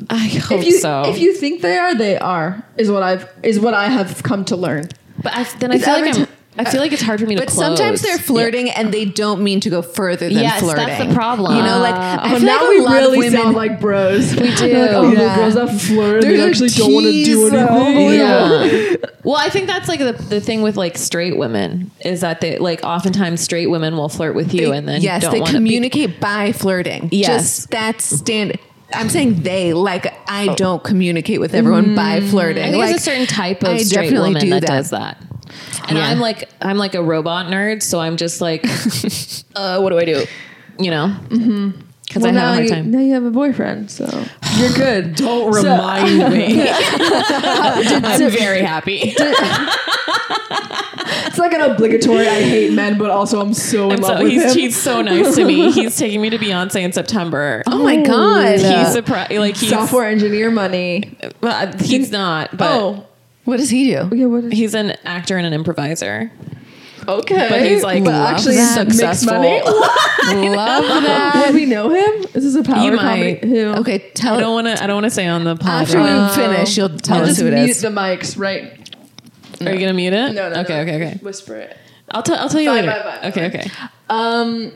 Speaker 1: I hope
Speaker 2: if you
Speaker 1: so.
Speaker 2: if you think they are, they are. Is what I've is what I have come to learn.
Speaker 1: but I, then I
Speaker 2: It's
Speaker 1: feel like
Speaker 2: every
Speaker 1: I'm, I
Speaker 2: ti-
Speaker 1: feel like it's hard for me to.
Speaker 3: But
Speaker 1: close.
Speaker 3: sometimes they're flirting and they don't mean to go further than
Speaker 1: Yes, that's
Speaker 3: flirting.
Speaker 1: the problem.
Speaker 3: You know, like I
Speaker 2: Oh,
Speaker 3: feel
Speaker 2: now
Speaker 3: like a
Speaker 2: we
Speaker 3: lot of
Speaker 2: really
Speaker 3: women-
Speaker 2: sound like bros. We
Speaker 3: do.
Speaker 2: Like, oh,
Speaker 3: Yeah.
Speaker 2: the girls that flirt, they
Speaker 3: They're
Speaker 2: actually don't want to do
Speaker 3: teased, though.
Speaker 2: anything.
Speaker 1: Yeah. well, I think that's like the, the thing with like straight women is that they like oftentimes straight women will flirt with you and then
Speaker 3: yes,
Speaker 1: don't
Speaker 3: they
Speaker 1: wanna be-
Speaker 3: communicate by flirting.
Speaker 1: Yes. Oh.
Speaker 3: Just that's standard. I'm saying they like I don't communicate with everyone by flirting.
Speaker 1: Mm. I think
Speaker 3: like,
Speaker 1: there's a certain type of
Speaker 3: I
Speaker 1: straight
Speaker 3: definitely
Speaker 1: woman
Speaker 3: do
Speaker 1: that,
Speaker 3: that.
Speaker 1: does that. And
Speaker 3: Yeah.
Speaker 1: I'm like I'm like a robot nerd, so I'm just like, uh, what do I do? You know, because I have a
Speaker 2: now,
Speaker 1: hard
Speaker 2: you,
Speaker 1: time.
Speaker 2: now you have a boyfriend, so you're good.
Speaker 1: Don't
Speaker 2: remind
Speaker 1: me. I'm very happy.
Speaker 2: It's like an obligatory. I hate men, but also I'm so in
Speaker 1: And
Speaker 2: love
Speaker 1: so
Speaker 2: with
Speaker 1: he's,
Speaker 2: him.
Speaker 1: he's so nice to me. He's taking me to Beyonce in September.
Speaker 3: Oh my god.
Speaker 1: he's surprised. Like he's
Speaker 2: Software engineer money.
Speaker 1: well, he's not, but
Speaker 2: oh,
Speaker 3: what does he do?
Speaker 2: yeah. What is
Speaker 1: he's an actor and an improviser.
Speaker 2: okay?
Speaker 1: But he's like
Speaker 2: But
Speaker 1: loves
Speaker 2: actually
Speaker 1: that.
Speaker 2: makes money.
Speaker 3: Love
Speaker 2: Would we know him? Is this a power
Speaker 1: You
Speaker 2: comedy?
Speaker 1: might.
Speaker 2: Who?
Speaker 3: Okay,
Speaker 1: I don't
Speaker 3: tell
Speaker 1: want to. I don't want to say on the pod.
Speaker 3: after
Speaker 1: right?
Speaker 3: we finish, you'll tell
Speaker 2: I'll
Speaker 3: us
Speaker 2: just
Speaker 3: who it
Speaker 2: mute
Speaker 3: is.
Speaker 2: the mics. Right?
Speaker 1: Are you gonna mute it?
Speaker 2: No, no.
Speaker 1: Okay,
Speaker 2: no.
Speaker 1: okay, okay.
Speaker 2: Whisper it.
Speaker 1: I'll tell. I'll tell you
Speaker 2: Bye,
Speaker 1: later.
Speaker 2: bye, bye,
Speaker 1: okay, okay.
Speaker 2: Um.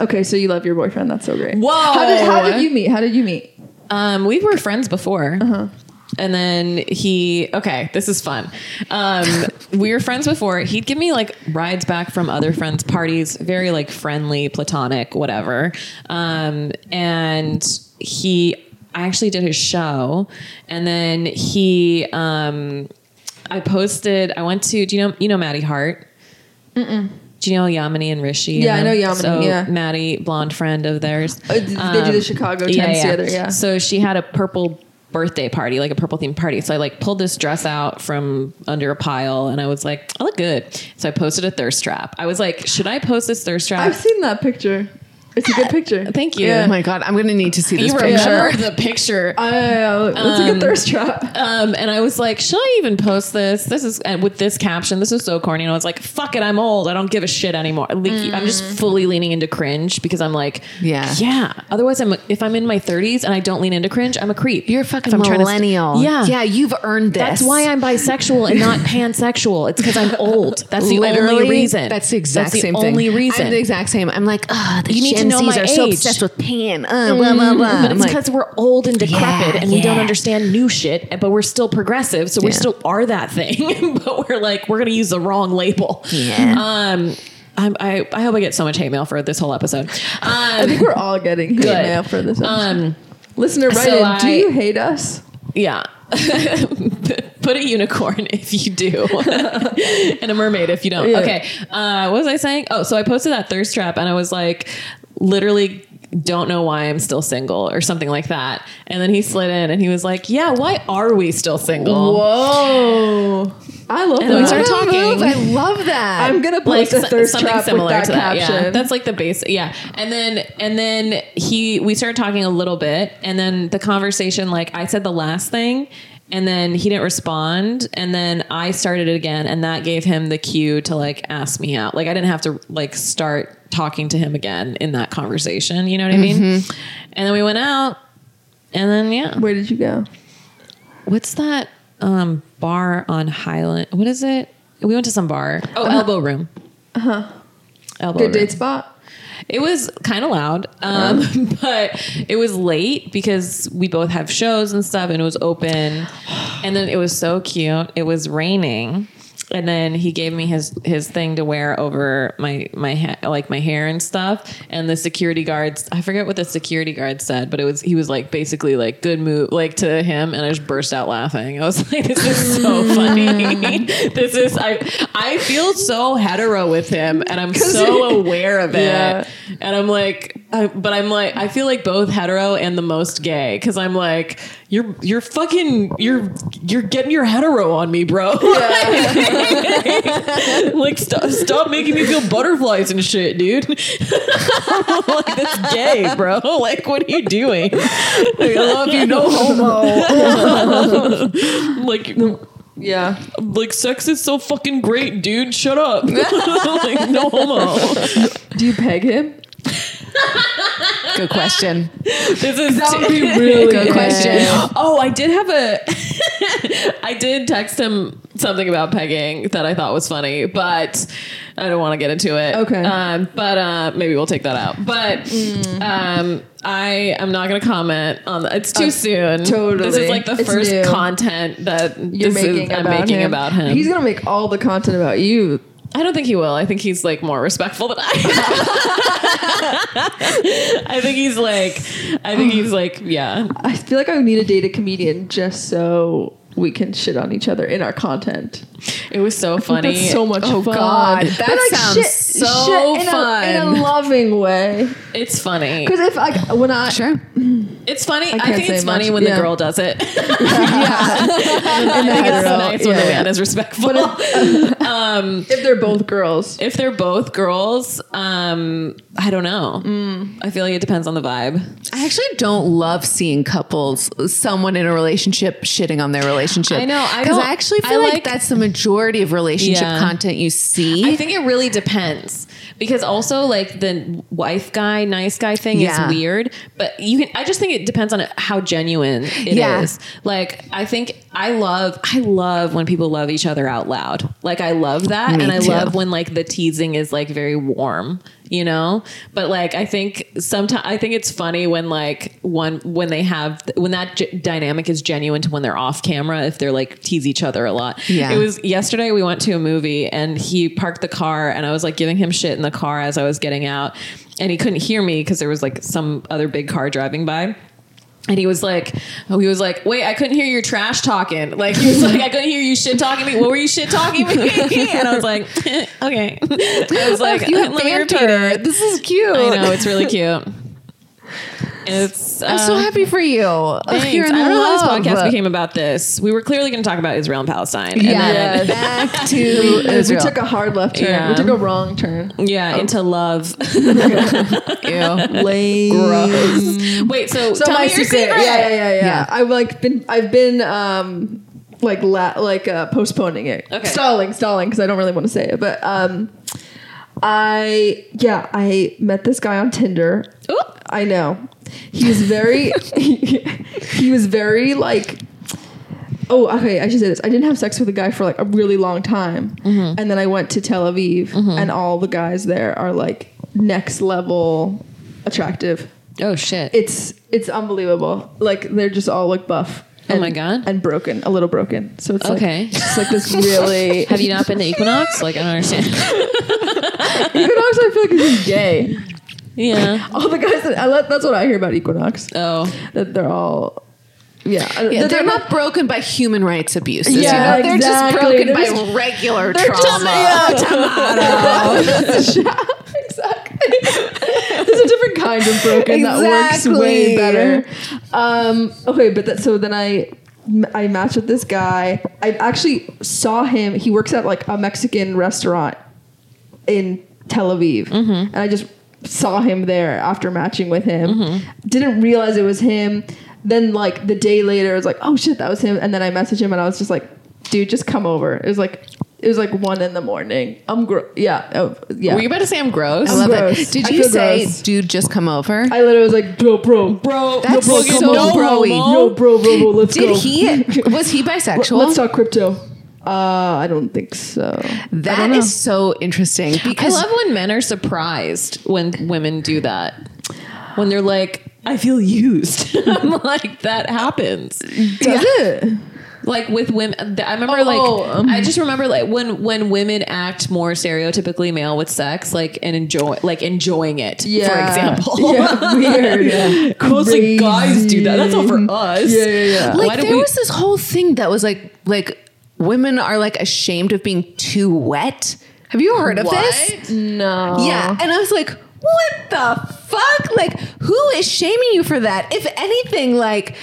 Speaker 2: Okay, so you love your boyfriend. That's so great.
Speaker 1: Whoa!
Speaker 2: How did, how did you meet? How did you meet?
Speaker 1: Um, we were friends before.
Speaker 2: Uh-huh.
Speaker 1: And then he, okay, this is fun. Um, we were friends before. He'd give me like rides back from other friends' parties, very like friendly, platonic, whatever. Um, and he, I actually did his show, and then he, um, I posted. I went to. Do you know? You know Maddie Hart. Do you know Yamini and Rishi?
Speaker 2: Yeah, I
Speaker 1: And
Speaker 2: know Yamini,
Speaker 1: So
Speaker 2: yeah.
Speaker 1: Maddie, blonde friend of theirs. Um,
Speaker 2: Oh, did- they do the Chicago tents together, yeah.
Speaker 1: So she had a purple birthday party, like a purple themed party. So I like pulled this dress out from under a pile, and I was like, I look good. So I posted a thirst trap. I was like, should I post this thirst trap?
Speaker 2: I've seen that picture. It's a good picture.
Speaker 1: Thank you.
Speaker 3: Oh my god, I'm gonna need to see this
Speaker 1: You
Speaker 3: picture.
Speaker 1: remember the picture.
Speaker 2: I, that's a good thirst trap.
Speaker 1: Um, and I was like, should I even post this? This is and with this caption. This is so corny. And I was like, fuck it, I'm old. I don't give a shit anymore. Like, I'm just fully leaning into cringe because I'm like,
Speaker 3: Mm. Yeah.
Speaker 1: yeah. Otherwise, I'm if I'm in my 30s and I don't lean into cringe, I'm a creep.
Speaker 3: You're a fucking
Speaker 1: If I'm trying to-
Speaker 3: millennial.
Speaker 1: yeah,
Speaker 3: yeah, you've earned this.
Speaker 1: That's why I'm bisexual and not pansexual. It's because I'm old. That's the only reason.
Speaker 3: That's the exact
Speaker 1: That's
Speaker 3: same
Speaker 1: the
Speaker 3: thing.
Speaker 1: only reason.
Speaker 3: I'm the exact same. I'm like, oh, the
Speaker 1: You need to
Speaker 3: Gen
Speaker 1: know
Speaker 3: Zs
Speaker 1: my
Speaker 3: are so
Speaker 1: age." Mm-hmm.
Speaker 3: obsessed with pan. Uh, blah blah blah.
Speaker 1: But
Speaker 3: I'm
Speaker 1: it's
Speaker 3: like,
Speaker 1: because we're old and decrepit
Speaker 3: Yeah,
Speaker 1: and we don't
Speaker 3: yeah.
Speaker 1: understand new shit, but we're still progressive, so we
Speaker 3: Yeah.
Speaker 1: still are that thing. but we're like, we're gonna use the wrong label.
Speaker 3: Yeah.
Speaker 1: Um I'm, I, I hope I get so much hate mail for this whole episode.
Speaker 2: I
Speaker 1: Um,
Speaker 2: think we're all getting good mail for this.
Speaker 1: um,
Speaker 2: Listener, write
Speaker 1: so
Speaker 2: in. do
Speaker 1: I-
Speaker 2: you hate us?
Speaker 1: yeah. Put a unicorn if you do, and a mermaid if you don't.
Speaker 2: Yeah.
Speaker 1: Okay. Uh, what was I saying? Oh, so I posted that thirst trap, and I was like, literally, don't know why I'm still single or something like that. And then he slid in, and he was like, Yeah, why are we still single?
Speaker 2: Whoa! I love
Speaker 1: And we
Speaker 2: that.
Speaker 1: started
Speaker 3: What a
Speaker 1: talking.
Speaker 3: move. I love that.
Speaker 2: I'm gonna
Speaker 1: like
Speaker 2: post a
Speaker 1: so-
Speaker 2: thirst
Speaker 1: something
Speaker 2: trap
Speaker 1: similar
Speaker 2: with that
Speaker 1: to that.
Speaker 2: caption.
Speaker 1: Yeah, that's like the base. Yeah, and then and then he we started talking a little bit, and then the conversation like I said the last thing, and then he didn't respond, and then I started it again, and that gave him the cue to like ask me out. Like I didn't have to like start talking to him again in that conversation. You know what I mean?
Speaker 2: Mm-hmm.
Speaker 1: And then we went out, and then yeah,
Speaker 2: Where did you go?
Speaker 1: what's that um bar on Highland? What is it? We went to some bar. Oh, Elbow Room. Uh huh. Elbow
Speaker 2: Good
Speaker 1: Room.
Speaker 2: date spot.
Speaker 1: It was kind of loud, um, but it was late because we both have shows and stuff, and it was open. And then it was so cute. It was raining, and then he gave me his his thing to wear over my my ha- like my hair and stuff. And the security guards, I forget what the security guard said, but it was he was like basically like good move like to him, and I just burst out laughing. I was like, this is so funny. this is I I feel so hetero with him, and I'm so aware of it
Speaker 2: Yeah.
Speaker 1: and I'm like, I, but I'm like, I feel like both hetero and the most gay because I'm like, you're you're fucking you're you're getting your hetero on me, bro. like, stop stop making me feel butterflies and shit, dude. like that's gay, bro. Like, what are you doing? Like, I love you, no homo. like.
Speaker 2: Yeah.
Speaker 1: Like sex is so fucking great, dude. Shut up. like no homo.
Speaker 2: Do you peg him?
Speaker 3: good question.
Speaker 1: This is
Speaker 2: That would be really
Speaker 3: Good question.
Speaker 1: Oh, I did have a. I did text him something about pegging that I thought was funny, but I don't want to get into it.
Speaker 2: Okay. Mm.
Speaker 1: Um, but uh, maybe we'll take that out. But um, I am not going to comment on that. It's too soon. This
Speaker 2: totally.
Speaker 1: is like the
Speaker 2: It's
Speaker 1: first
Speaker 2: new.
Speaker 1: content that
Speaker 2: You're
Speaker 1: this is,
Speaker 2: making,
Speaker 1: I'm
Speaker 2: about,
Speaker 1: making
Speaker 2: him.
Speaker 1: about him.
Speaker 2: He's gonna make all the content about you.
Speaker 1: I don't think he will. I think he's like more respectful than I. am. I think he's like, I think he's like, yeah.
Speaker 2: I feel like I need to date a comedian just so we can shit on each other in our content.
Speaker 1: It was so funny.
Speaker 2: That's so much
Speaker 3: Oh,
Speaker 2: fun.
Speaker 3: God.
Speaker 2: But,
Speaker 3: That sounds so
Speaker 2: in a- in
Speaker 3: fun.
Speaker 2: a loving way.
Speaker 1: It's funny.
Speaker 2: Because if I when I
Speaker 3: Sure.
Speaker 1: It's funny. I,
Speaker 2: can't
Speaker 1: think it's
Speaker 2: say
Speaker 1: funny
Speaker 2: much.
Speaker 1: when
Speaker 2: Yeah.
Speaker 1: the girl does it.
Speaker 2: yeah,
Speaker 1: I think it's
Speaker 2: hetero.
Speaker 1: nice when
Speaker 2: Yeah,
Speaker 1: the
Speaker 2: yeah.
Speaker 1: man is respectful.
Speaker 2: if they're both girls,
Speaker 1: if they're both girls, um, I don't know.
Speaker 2: Mm.
Speaker 1: I feel like it depends on the vibe.
Speaker 3: I actually don't love seeing couples, someone in a relationship shitting on their relationship.
Speaker 1: I know, I
Speaker 3: because
Speaker 1: don't-
Speaker 3: I actually
Speaker 1: I
Speaker 3: feel like,
Speaker 1: like-
Speaker 3: that's the majority of relationship
Speaker 1: Yeah.
Speaker 3: content you see.
Speaker 1: I think it really depends because also like the wife guy, nice guy thing
Speaker 3: Yeah.
Speaker 1: is weird, but you can. I just think it depends on how genuine it is.
Speaker 3: Yeah.
Speaker 1: Like I think I love I love when people love each other out loud. Like I love that,
Speaker 3: Me
Speaker 1: and I
Speaker 3: too.
Speaker 1: love when like the teasing is like very warm. You know, but like I think sometimes I think it's funny when like one when they have when that g- dynamic is genuine to when they're off camera if they're like tease each other a lot.
Speaker 3: Yeah.
Speaker 1: It was yesterday we went to a movie and he parked the car and I was like giving him shit in the car as I was getting out and he couldn't hear me because there was like some other big car driving by. And he was like, oh, he was like, wait, I couldn't hear your trash talking. Like he was like, I couldn't hear you shit talking me. What were you shit talking me? and I was like, okay. I was like,
Speaker 3: you have
Speaker 1: let me repeat
Speaker 3: banter.
Speaker 1: it.
Speaker 3: This is cute.
Speaker 1: I know it's really cute. It's
Speaker 3: I'm so
Speaker 1: um,
Speaker 3: happy for you. Ugh,
Speaker 1: Thanks.
Speaker 3: you're in
Speaker 1: I don't know how this
Speaker 3: love.
Speaker 1: podcast became about this. We were clearly going to talk about Israel and Palestine. And
Speaker 3: Yeah,
Speaker 2: then-
Speaker 3: back to
Speaker 2: We
Speaker 3: Israel.
Speaker 2: took a hard left turn.
Speaker 1: Yeah.
Speaker 2: We took a wrong turn.
Speaker 1: then- yeah, Oh. into love.
Speaker 3: Ew.
Speaker 2: Lame.
Speaker 1: Wait, so,
Speaker 2: So
Speaker 1: tell
Speaker 2: my
Speaker 1: me your
Speaker 2: secret.
Speaker 1: secret.
Speaker 2: Yeah, yeah, yeah, yeah,
Speaker 3: Yeah.
Speaker 2: I've like been, I've been, um, like, la- like uh, postponing it,
Speaker 1: Okay.
Speaker 2: stalling, stalling, because I don't really want to say it. But um, I, yeah, I met this guy on Tinder.
Speaker 1: Ooh.
Speaker 2: I know. He was very, he, was very like, oh, okay, I should say this. I didn't have sex with a guy for like a really long time.
Speaker 1: Mm-hmm.
Speaker 2: And then I went to Tel Aviv, and all the guys there are like next level attractive.
Speaker 1: Oh shit.
Speaker 2: It's it's unbelievable. Like they're just all like buff.
Speaker 1: Oh
Speaker 2: and-
Speaker 1: my God.
Speaker 2: And broken, a little broken. So it's
Speaker 1: Okay.
Speaker 2: like it's like this really.
Speaker 1: Have you not been to Equinox? Like I don't understand.
Speaker 2: Equinox? I feel like is just gay.
Speaker 1: yeah.
Speaker 2: All the guys that I let, that's what I hear about Equinox.
Speaker 1: Oh.
Speaker 2: That they're all, yeah,
Speaker 3: Yeah,
Speaker 2: that
Speaker 3: they're, not broken by human rights abuses.
Speaker 2: Yeah,
Speaker 3: you know? They're
Speaker 2: exactly. They're
Speaker 3: just broken
Speaker 2: just-
Speaker 3: by regular
Speaker 2: They're
Speaker 3: trauma.
Speaker 2: just- exactly. There's a different kind of broken that works way
Speaker 3: Exactly.
Speaker 2: better. Um, okay, but that, so then I I matched with this guy. I actually saw him. He works at like a Mexican restaurant in Tel Aviv, and I just saw him there after matching with him. Didn't realize it was him. Then like the day later, I was like, oh shit, that was him. And then I messaged him, and I was just like, dude, just come over. It was like. It was like one in the morning. I'm gro- yeah, oh, yeah.
Speaker 1: Were you about to say I'm gross?
Speaker 3: I love
Speaker 2: gross.
Speaker 3: it. Did
Speaker 2: I
Speaker 3: you
Speaker 2: feel
Speaker 3: say,
Speaker 2: gross.
Speaker 3: dude, just come over?
Speaker 2: I literally was like, yo, bro,
Speaker 1: bro,
Speaker 3: That's
Speaker 1: yo, bro,
Speaker 3: so
Speaker 1: come on,
Speaker 3: bro-y.
Speaker 2: yo, bro, bro, bro, let's go.
Speaker 3: Did he, was he bisexual?
Speaker 2: Let's talk crypto. Uh, I don't think so. I
Speaker 3: That
Speaker 2: don't know.
Speaker 3: is so interesting
Speaker 1: I
Speaker 3: because
Speaker 1: love when men are surprised when women do that. When they're like, I feel used. I'm like, that happens.
Speaker 2: Does it?
Speaker 1: Like with women, I remember
Speaker 2: Oh,
Speaker 1: like
Speaker 2: oh, um.
Speaker 1: I just remember like when when women act more stereotypically male with sex, like and enjoy like enjoying it. for example,
Speaker 2: Yeah, weird.
Speaker 1: mostly guys do that. That's not for
Speaker 2: Crazy.
Speaker 1: us.
Speaker 2: Yeah, yeah, yeah.
Speaker 1: Why
Speaker 3: like
Speaker 1: do
Speaker 3: there
Speaker 1: we-
Speaker 3: was this whole thing that was like like women are like ashamed of being too wet. Have you heard of this?
Speaker 2: No.
Speaker 3: Yeah, and I was like, what the fuck? Like, who is shaming you for that? If anything, like.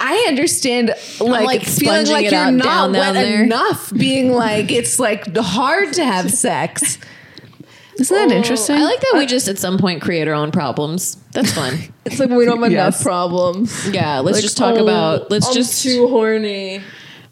Speaker 3: I understand, like,
Speaker 1: like,
Speaker 3: feeling
Speaker 1: sponging
Speaker 3: like
Speaker 1: it
Speaker 3: you're
Speaker 1: out
Speaker 3: not
Speaker 1: down-
Speaker 3: wet
Speaker 1: down there.
Speaker 3: enough, being like it's like hard to have sex. Oh, Isn't that interesting?
Speaker 1: I like that we just at some point create our own problems. That's fun.
Speaker 2: It's like we don't have
Speaker 3: Yes.
Speaker 2: enough problems.
Speaker 1: yeah, let's
Speaker 2: Like,
Speaker 1: just talk
Speaker 2: oh,
Speaker 1: about. Let's
Speaker 2: I'm
Speaker 1: just
Speaker 2: too horny.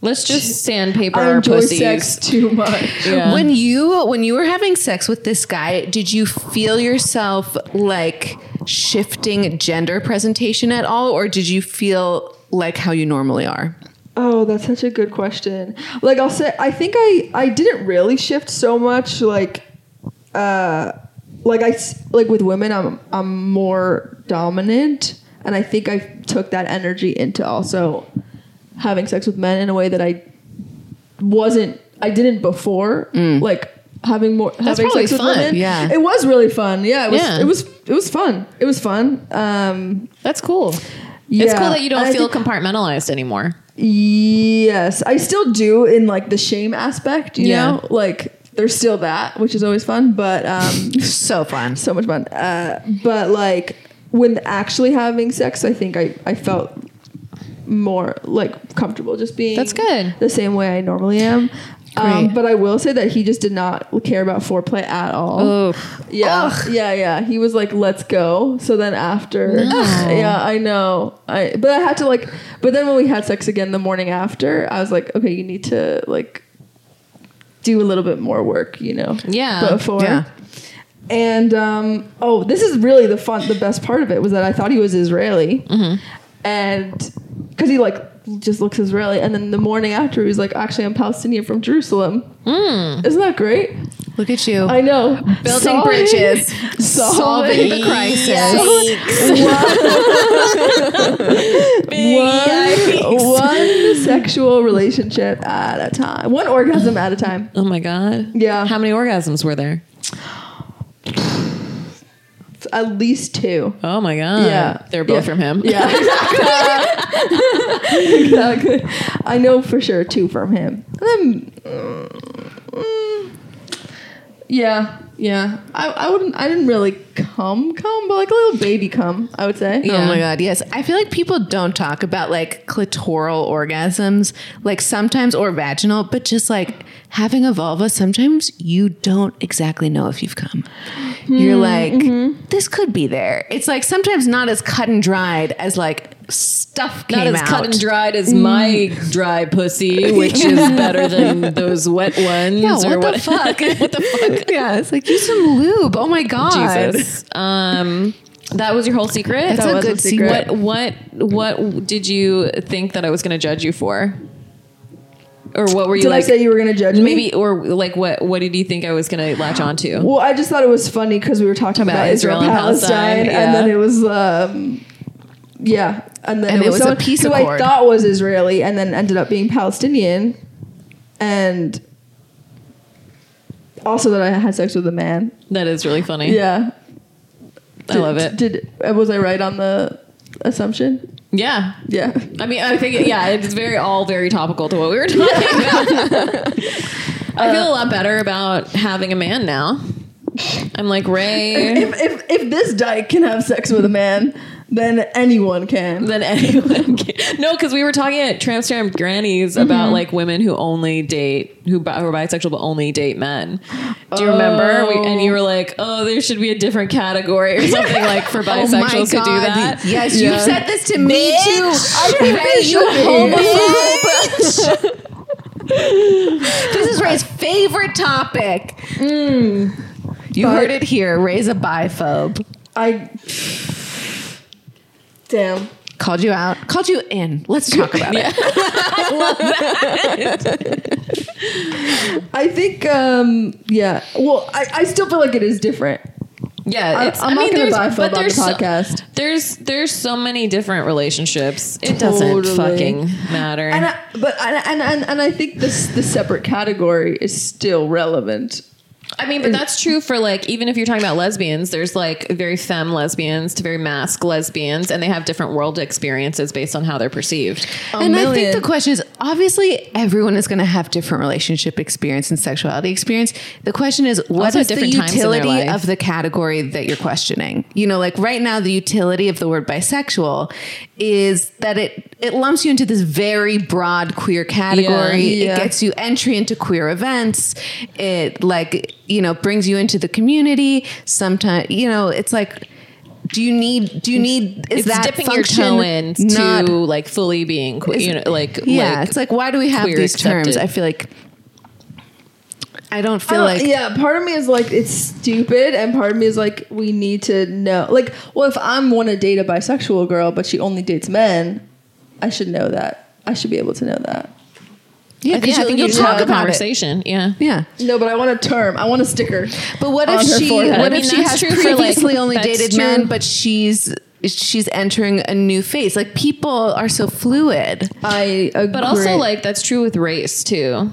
Speaker 1: let's just sandpaper
Speaker 2: I
Speaker 1: our
Speaker 2: enjoy
Speaker 1: pussies.
Speaker 2: sex too much.
Speaker 1: Yeah.
Speaker 3: When you when you were having sex with this guy, did you feel yourself like shifting gender presentation at all, or did you feel like how you normally are?
Speaker 2: Oh, that's such a good question. Like I'll say I think I I didn't really shift so much like uh like I s- like with women I'm I'm more dominant and I think I took that energy into also having sex with men in a way that I wasn't I didn't before like having more having
Speaker 1: Mm. probably
Speaker 2: sex with
Speaker 1: fun,
Speaker 2: women.
Speaker 3: yeah.
Speaker 2: It was really fun. Yeah, it was
Speaker 1: Yeah.
Speaker 2: it was it was fun. It was fun. Um
Speaker 1: That's cool. It's
Speaker 2: yeah.
Speaker 1: cool that you don't
Speaker 2: And I
Speaker 1: feel
Speaker 2: think-
Speaker 1: compartmentalized anymore.
Speaker 2: Yes, I still do in like the shame aspect, you
Speaker 1: Yeah.
Speaker 2: know? Like there's still that, which is always fun, but um
Speaker 3: So fun.
Speaker 2: so much fun. Uh but like when actually having sex, I think I I felt more like comfortable just being
Speaker 1: That's good.
Speaker 2: the same way I normally am. Um,
Speaker 3: Great.
Speaker 2: but I will say that he just did not care about foreplay at all.
Speaker 1: Oh,
Speaker 2: Yeah, yeah, yeah. He was like, "Let's go." So then after, yeah, I know. I but I had to like, but then when we had sex again the morning after, I was like, "Okay, you need to like do a little bit more work," you know?
Speaker 1: Yeah.
Speaker 2: Before.
Speaker 3: Yeah.
Speaker 2: And um, oh, this is really the fun. The best part of it was that I thought he was Israeli,
Speaker 3: Mm-hmm.
Speaker 2: and because he like just looks Israeli, and then the morning after he was like, "Actually, I'm Palestinian from Jerusalem." Isn't that great?
Speaker 3: Look at you
Speaker 2: I know.
Speaker 3: Hmm. building
Speaker 2: Solving-
Speaker 3: bridges, Oh solving the crisis.
Speaker 2: one, one sexual relationship at a time. One orgasm at a time.
Speaker 1: Oh my god.
Speaker 2: Yeah.
Speaker 1: How many orgasms were there?
Speaker 2: At least two.
Speaker 1: Oh my god.
Speaker 2: yeah.
Speaker 1: They're both
Speaker 2: Yeah.
Speaker 1: from him.
Speaker 2: Yeah. exactly. exactly. I know for sure two from him. And then, mm, mm, yeah. Yeah, I, I wouldn't. I didn't really come, come, but like a little baby come. I would say.
Speaker 1: Yeah.
Speaker 3: Oh my god, yes. I feel like people don't talk about like clitoral orgasms, like sometimes or vaginal, but just like having a vulva, sometimes you don't exactly know if you've come. You're like, this could be there. It's like sometimes not as cut and dried as like stuff came
Speaker 1: Not as
Speaker 3: out.
Speaker 1: cut and dried as
Speaker 2: Mm.
Speaker 1: my dry pussy, which is better than those wet ones.
Speaker 3: Yeah,
Speaker 1: or
Speaker 3: what, the fuck? what the fuck? Yeah, it's like use some lube. Oh my god.
Speaker 1: Jesus. Um, that was your whole secret.
Speaker 3: That's
Speaker 1: That
Speaker 3: a
Speaker 1: was
Speaker 3: good secret.
Speaker 1: What what what did you think that I was going to judge you for, or what were you
Speaker 2: Did I
Speaker 1: like?
Speaker 2: say you were gonna judge me?
Speaker 1: maybe or like what what did you think I was going to latch onto?
Speaker 2: Well, I just thought it was funny because we were talking
Speaker 1: About
Speaker 2: about, Israel and Palestine,
Speaker 1: yeah.
Speaker 2: and then it was, um, yeah, and then
Speaker 3: And
Speaker 2: it was, someone
Speaker 3: a peace
Speaker 2: who
Speaker 3: accord.
Speaker 2: I thought was Israeli, and then ended up being Palestinian, and also that I had sex with a man.
Speaker 1: That is really funny.
Speaker 2: Yeah,
Speaker 1: I love it.
Speaker 2: Did uh, was I right on the assumption?
Speaker 1: Yeah,
Speaker 2: Yeah.
Speaker 1: I mean, I think yeah, it's very all very topical to what we were talking about. I feel a lot better about having a man now. I'm like Ray
Speaker 2: If, if if this dyke can have sex with a man, then anyone can.
Speaker 1: than anyone. Can. No, because we were talking at Tramstam Grannies
Speaker 2: Mm-hmm.
Speaker 1: about like women who only date who, bi- who are bisexual but only date men. Do you remember? We, and you were like, oh, there should be a different category or something like for
Speaker 3: Oh my
Speaker 1: bisexuals who do
Speaker 3: God.
Speaker 1: that.
Speaker 3: Yes,
Speaker 1: Yeah.
Speaker 3: you've said this to me too. Ray, you homophobe. this is Ray's favorite topic. You
Speaker 2: But-
Speaker 3: heard it here. Ray's a biphobe.
Speaker 2: I. Damn.
Speaker 3: Called you out. Called you in. Let's talk about it.
Speaker 2: I think. Um. Yeah. Well, I, I still feel like it is different.
Speaker 1: Yeah,
Speaker 2: Uh, I-
Speaker 1: it's,
Speaker 2: I'm
Speaker 1: I
Speaker 2: not
Speaker 1: mean,
Speaker 2: gonna
Speaker 1: there's-
Speaker 2: bifob
Speaker 1: but
Speaker 2: on the
Speaker 1: there's so-
Speaker 2: podcast.
Speaker 1: there's there's so many different relationships. It doesn't
Speaker 2: Totally.
Speaker 1: fucking matter.
Speaker 2: And I, but and, and and and I think this the separate category is still relevant.
Speaker 1: I mean, but that's true for like even if you're talking about lesbians, there's like very femme lesbians to very mask lesbians, and they have different world experiences based on how they're perceived.
Speaker 2: A
Speaker 3: and I think
Speaker 2: million.
Speaker 3: the question is obviously everyone is going to have different relationship experience and sexuality experience. The question is what
Speaker 1: Also
Speaker 3: is the
Speaker 1: different times in their
Speaker 3: utility
Speaker 1: life.
Speaker 3: of the category that you're questioning? You know, like right now the utility of the word bisexual is that it it lumps you into this very broad queer category.
Speaker 2: yeah.
Speaker 3: It gets you entry into queer events. It like, you know, brings you into the community. Sometimes, you know, it's like do you need do you need is
Speaker 1: It's
Speaker 3: that
Speaker 1: dipping your
Speaker 3: function
Speaker 1: toe in
Speaker 3: not
Speaker 1: to like fully being, que- you know, like
Speaker 3: yeah,
Speaker 1: like,
Speaker 3: it's like why do we have
Speaker 1: queer
Speaker 3: these terms?
Speaker 1: accepted.
Speaker 3: I feel like I don't feel
Speaker 2: I don't-
Speaker 3: like
Speaker 2: Oh, yeah, part of me is like it's stupid, and part of me is like we need to know. Like, well, if I'm want to date a bisexual girl, but she only dates men, I should know that. I should be able to know that.
Speaker 3: yeah.
Speaker 1: I think,
Speaker 3: yeah,
Speaker 1: you,
Speaker 3: you'll
Speaker 1: you
Speaker 3: talk about it.
Speaker 1: conversation. Yeah,
Speaker 3: Yeah,
Speaker 2: No, but I want a term. I want a sticker.
Speaker 3: but what
Speaker 2: On
Speaker 3: if
Speaker 2: her
Speaker 3: she?
Speaker 2: forehead.
Speaker 3: What
Speaker 1: I
Speaker 3: if
Speaker 1: mean,
Speaker 3: she
Speaker 1: that's
Speaker 3: has
Speaker 1: true for, like,
Speaker 3: previously only
Speaker 1: that's
Speaker 3: dated
Speaker 1: true.
Speaker 3: men, but she's she's entering a new phase? Like people are so fluid.
Speaker 2: I agree.
Speaker 1: but also like that's true with race too.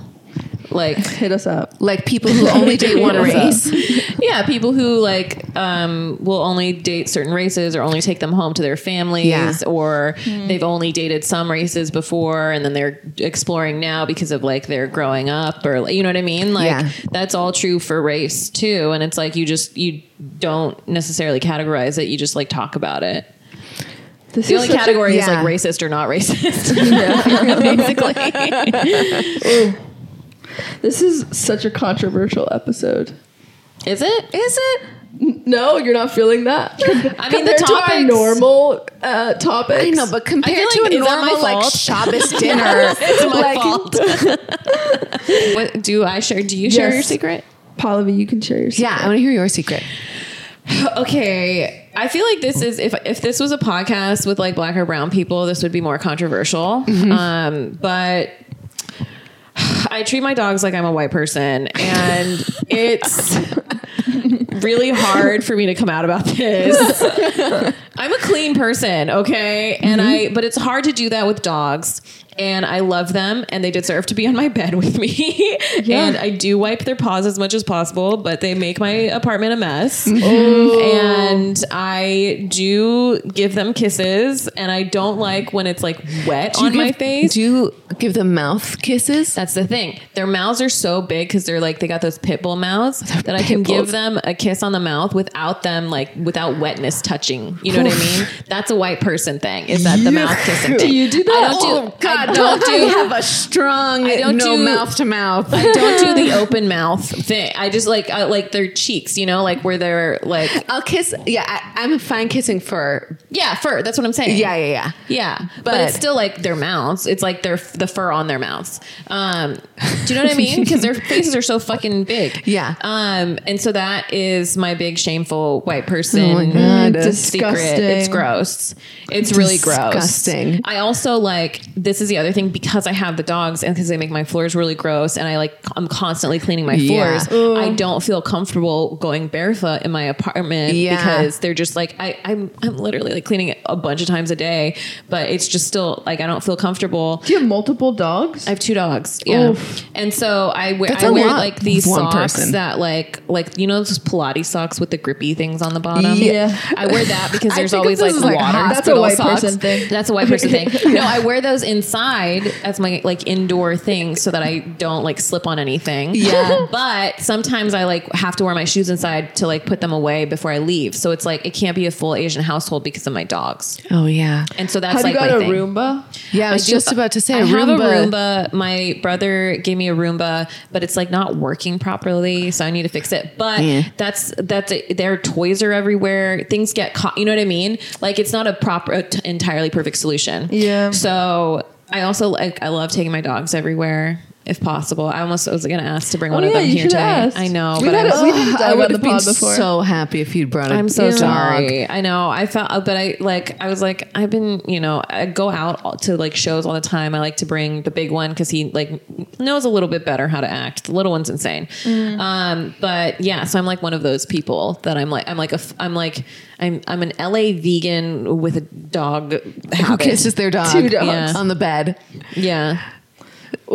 Speaker 1: Like
Speaker 2: hit us up.
Speaker 3: Like people who only date one
Speaker 2: What's up?
Speaker 3: race.
Speaker 1: yeah, people who like um, will only date certain races or only take them home to their families,
Speaker 3: Yeah.
Speaker 1: or they've only dated some races before and then they're exploring now because of like they're growing up or like, you know what I mean. Like
Speaker 3: Yeah.
Speaker 1: that's all true for race too, and it's like you just you don't necessarily categorize it; you just like talk about it.
Speaker 2: This
Speaker 1: The only
Speaker 2: such a-
Speaker 1: category is
Speaker 3: yeah.
Speaker 1: like racist or not racist,
Speaker 2: Yeah.
Speaker 1: basically.
Speaker 2: this is such a controversial episode.
Speaker 1: Is it? Is it?
Speaker 2: No, you're not feeling that.
Speaker 1: I mean, the
Speaker 2: Compared to our
Speaker 1: topics-
Speaker 2: normal uh, topics.
Speaker 3: I know, but compared
Speaker 1: feel like-
Speaker 3: to a
Speaker 1: is that my
Speaker 3: normal like
Speaker 1: fault?
Speaker 3: Shabbos dinner,
Speaker 1: It's my
Speaker 3: like,
Speaker 1: fault. what do I share? Do you share
Speaker 2: Yes.
Speaker 1: your secret?
Speaker 2: Pallavi, you can share your.
Speaker 3: Yeah, I want to hear your secret.
Speaker 1: okay i feel like this is if if this was a podcast with like black or brown people this would be more controversial um but i treat my dogs like i'm a white person and it's really hard for me to come out about this I'm a clean person, okay? And I but it's hard to do that with dogs. And I love them and they deserve to be on my bed with me. And I do wipe their paws as much as possible, but they make my apartment a mess. And I do give them kisses and I don't like when it's like wet on my face.
Speaker 3: Do you give them mouth kisses?
Speaker 1: That's the thing. Their mouths are so big because they're like they got those pit bull mouths that I can
Speaker 3: pit bulls.
Speaker 1: give them a kiss on the mouth without them like without wetness touching. You know what I mean? That's a white person thing. Is that the mouth kissing? Thing.
Speaker 2: you do
Speaker 1: I
Speaker 2: that?
Speaker 1: don't do.
Speaker 3: Oh, God,
Speaker 1: I
Speaker 3: don't
Speaker 1: don't
Speaker 3: do
Speaker 1: do.
Speaker 3: have a strong
Speaker 1: I don't
Speaker 3: no
Speaker 1: do-
Speaker 3: mouth to mouth.
Speaker 1: I don't do the open mouth thing. I just like I like their cheeks. You know, like where they're like
Speaker 3: I'll kiss. Yeah, I, I'm fine kissing fur.
Speaker 1: yeah fur. That's what I'm saying.
Speaker 3: Yeah, yeah, yeah.
Speaker 1: Yeah, but,
Speaker 3: But-
Speaker 1: it's still like their mouths. It's like their the fur on their mouths. Um, do you know what I mean? Because their faces are so fucking big.
Speaker 3: Yeah.
Speaker 1: Um, and so that is my big shameful white person
Speaker 3: Oh God.
Speaker 1: secret. It's
Speaker 2: Disgusting.
Speaker 1: gross. It's really gross.
Speaker 3: Disgusting.
Speaker 1: I also like this is the other thing because I have the dogs and because they make my floors really gross and I like I'm constantly cleaning my
Speaker 3: Yeah.
Speaker 1: floors. I don't feel comfortable going barefoot in my apartment
Speaker 3: Yeah.
Speaker 1: because they're just like I, I'm I'm literally like cleaning it a bunch of times a day, but it's just still like I don't feel comfortable.
Speaker 2: Do you have multiple dogs?
Speaker 1: I have two dogs. Yeah.
Speaker 2: Oof.
Speaker 1: And so I wear
Speaker 3: That's
Speaker 1: I
Speaker 3: a
Speaker 1: wear
Speaker 3: lot
Speaker 1: like these
Speaker 3: for one
Speaker 1: socks
Speaker 3: person.
Speaker 1: that like like you know those Pilates socks with the grippy things on the bottom.
Speaker 2: Yeah.
Speaker 1: I wear that because
Speaker 3: I
Speaker 1: there's
Speaker 3: think
Speaker 1: always
Speaker 3: this
Speaker 1: like,
Speaker 3: is, like,
Speaker 1: water.
Speaker 3: hot-
Speaker 2: That's a white
Speaker 1: hospital
Speaker 2: person thing.
Speaker 1: That's a white person thing. No, I wear those inside as my like indoor thing so that I don't like slip on anything.
Speaker 3: Yeah.
Speaker 1: but sometimes I like have to wear my shoes inside to like put them away before I leave. So it's like it can't be a full Asian household because of my dogs.
Speaker 3: Oh yeah,
Speaker 1: And so that's
Speaker 2: Have
Speaker 1: like
Speaker 2: you got
Speaker 1: my
Speaker 2: a
Speaker 1: thing.
Speaker 2: Roomba?
Speaker 3: yeah. I was
Speaker 1: do-
Speaker 3: just about to say
Speaker 1: I
Speaker 3: a
Speaker 1: have a
Speaker 3: Roomba.
Speaker 1: Roomba. My brother gave me a Roomba, but it's like not working properly, so I need to fix it. But
Speaker 3: Yeah.
Speaker 1: that's that's it. their toys are everywhere. Things get caught. You know what I mean? Like it's not a proper, a t- entirely perfect solution.
Speaker 2: Yeah.
Speaker 1: So I also like I love taking my dogs everywhere. If possible, I almost was going to ask to bring
Speaker 3: Oh,
Speaker 1: one of
Speaker 2: yeah,
Speaker 1: them
Speaker 2: you
Speaker 1: here
Speaker 2: should've
Speaker 1: today.
Speaker 2: asked.
Speaker 1: I know,
Speaker 2: We
Speaker 1: but
Speaker 2: had
Speaker 1: I'm
Speaker 2: a-
Speaker 1: so-
Speaker 2: we had a dog
Speaker 3: I would
Speaker 2: on the
Speaker 3: have been
Speaker 2: pod before.
Speaker 3: so happy if you'd brought. A
Speaker 1: I'm so
Speaker 3: dog.
Speaker 1: sorry. I know. I felt, uh, but I like. I was like, I've been, you know, I go out all- to like shows all the time. I like to bring the big one because he like knows a little bit better how to act. The little one's insane.
Speaker 3: Mm.
Speaker 1: Um, but yeah, so I'm like one of those people that I'm like, I'm like a, f- I'm like, I'm, I'm an LA vegan with a dog.
Speaker 3: Who
Speaker 1: Habit.
Speaker 3: kisses their dog?
Speaker 2: Two dogs.
Speaker 1: Yeah.
Speaker 3: on the bed.
Speaker 1: Yeah,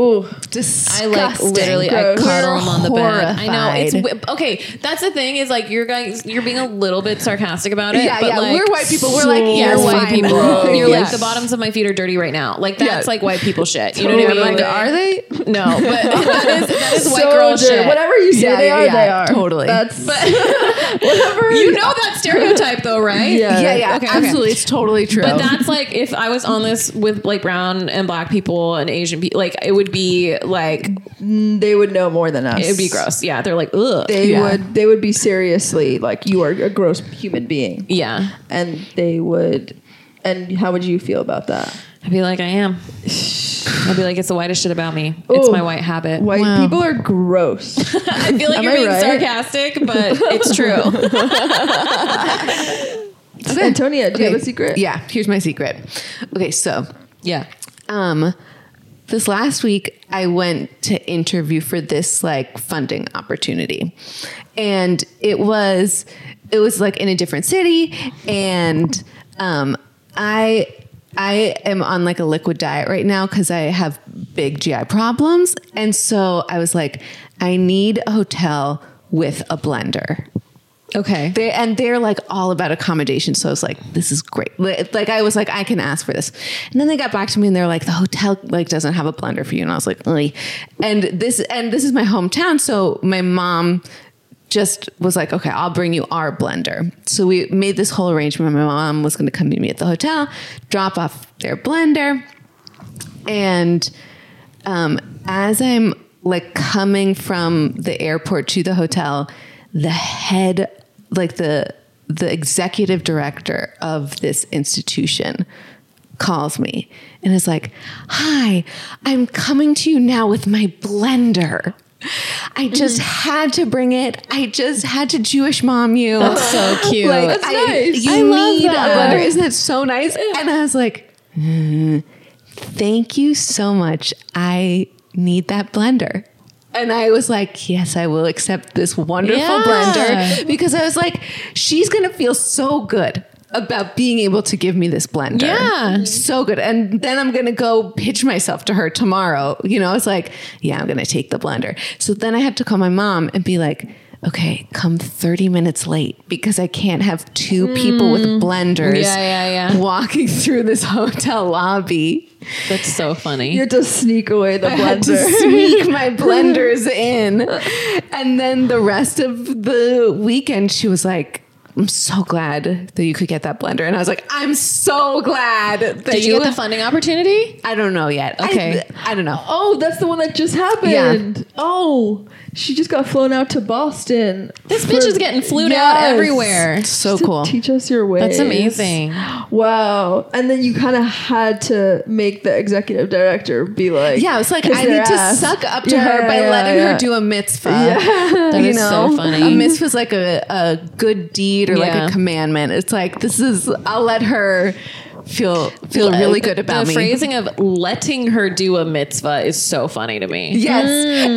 Speaker 2: Oh,
Speaker 1: I
Speaker 3: Disgusting.
Speaker 1: like literally.
Speaker 2: Gross.
Speaker 1: I cuddle him on the bed. I know it's
Speaker 3: Horrified.
Speaker 1: wi- okay. That's the thing is like you're guys, you're being a little bit sarcastic about it.
Speaker 3: Yeah,
Speaker 1: but
Speaker 3: yeah.
Speaker 1: like,
Speaker 3: we're white people. We're like,
Speaker 2: so
Speaker 3: yeah,
Speaker 1: you're
Speaker 2: Yes,
Speaker 1: white
Speaker 3: fine.
Speaker 1: people. You're
Speaker 3: Yeah.
Speaker 1: like the bottoms of my feet are dirty right now. Like that's
Speaker 3: Yeah.
Speaker 1: like white people shit. You know
Speaker 3: Totally.
Speaker 1: what I mean?
Speaker 3: Like, are they?
Speaker 1: No, but that is, that is white
Speaker 2: Oh so
Speaker 1: girl
Speaker 2: dirty.
Speaker 1: shit.
Speaker 2: Whatever you say,
Speaker 3: Yeah,
Speaker 2: they
Speaker 3: yeah,
Speaker 2: are.
Speaker 3: yeah,
Speaker 2: they are
Speaker 3: totally.
Speaker 2: That's
Speaker 1: Whatever. You know that stereotype though, right?
Speaker 2: Yeah.
Speaker 3: Yeah, yeah.
Speaker 1: Okay, okay.
Speaker 3: absolutely. It's totally true.
Speaker 1: But that's like if I was on this with like brown and black people and Asian people, like it would be like
Speaker 2: they would know more than us.
Speaker 1: it would be gross. Yeah, they're like ugh.
Speaker 2: They
Speaker 3: Yeah.
Speaker 2: would. They would be seriously like you are a gross human being,
Speaker 1: yeah,
Speaker 2: and they would. And how would you feel about that?
Speaker 1: I'd be like I am. I'd be like it's the whitest shit about me. It's
Speaker 2: Ooh.
Speaker 1: my white habit.
Speaker 2: White
Speaker 3: Wow.
Speaker 2: people are gross.
Speaker 1: I feel like
Speaker 2: Am
Speaker 1: you're
Speaker 2: I
Speaker 1: being
Speaker 2: right?
Speaker 1: sarcastic, but it's true.
Speaker 2: Antonia, do you have
Speaker 3: Okay.
Speaker 2: a secret?
Speaker 3: Yeah, here's my secret. Okay, so
Speaker 1: yeah.
Speaker 3: um this last week I went to interview for this like funding opportunity. And it was it was like in a different city and um I I am on like a liquid diet right now cuz I have big GI problems and so I was like I need a hotel with a blender.
Speaker 1: Okay.
Speaker 3: They and they're like all about accommodation. So I was like, this is great. Li- Like I was like, I can ask for this. And then they got back to me and they're like, the hotel like doesn't have a blender for you. And I was like, Ugh. and this and this is my hometown. So my mom just was like, okay, I'll bring you our blender. So we made this whole arrangement. My mom was going to come meet me at the hotel, drop off their blender, and um, as I'm like coming from the airport to the hotel, the head, like the the executive director of this institution calls me and is like, "Hi, I'm coming to you now with my blender." I just had to bring it. I just had to Jewish mom you. That's
Speaker 1: so cute.
Speaker 2: That's nice.
Speaker 3: You
Speaker 2: I love
Speaker 3: need
Speaker 2: that.
Speaker 3: a blender. Isn't that so nice? And I was like, "Mm, thank you so much. I need that blender. And I was like, yes, I will accept this wonderful
Speaker 1: Yeah.
Speaker 3: blender because I was like, she's going to feel so good. about being able to give me this blender.
Speaker 4: Yeah.
Speaker 3: So good. And then I'm going to go pitch myself to her tomorrow. You know, it's like, yeah, I'm going to take the blender. So then I have to call my mom and be like, okay, come 30 minutes late because I can't have two people with blenders
Speaker 4: Mm. Yeah, yeah, yeah.
Speaker 3: walking through this hotel lobby.
Speaker 1: That's so funny.
Speaker 2: You had to sneak away the
Speaker 3: I had to
Speaker 2: blender.
Speaker 3: sneak my blenders in. And then the rest of the weekend, she was like, I'm so glad that you could get that blender. And I was like, I'm so glad that
Speaker 4: Did you, get the funding opportunity?
Speaker 3: I don't know yet. I-
Speaker 4: Okay.
Speaker 3: I, don't know.
Speaker 2: Oh, that's the one that just happened. Oh, she just got flown out to Boston.
Speaker 4: This bitch is getting flued out everywhere.
Speaker 3: So
Speaker 2: Just to
Speaker 3: cool.
Speaker 2: Teach us your ways.
Speaker 1: That's amazing.
Speaker 2: Wow. And then you kind of had to make the executive director be like,
Speaker 3: Yeah, I was like,
Speaker 2: kiss
Speaker 3: I
Speaker 2: their
Speaker 3: need to
Speaker 2: ass.
Speaker 3: suck up to
Speaker 2: Yeah,
Speaker 3: her by
Speaker 2: yeah,
Speaker 3: letting
Speaker 2: yeah.
Speaker 3: her do a mitzvah.
Speaker 1: That
Speaker 3: you
Speaker 1: is
Speaker 3: know,
Speaker 1: so
Speaker 3: a
Speaker 1: funny.
Speaker 3: mitzvah is like a, a good deed or
Speaker 1: Yeah.
Speaker 3: like a commandment. It's like this is I'll let her feel feel really good about
Speaker 1: the
Speaker 3: me.
Speaker 1: phrasing of letting her do a mitzvah is so funny to me.
Speaker 3: Yes.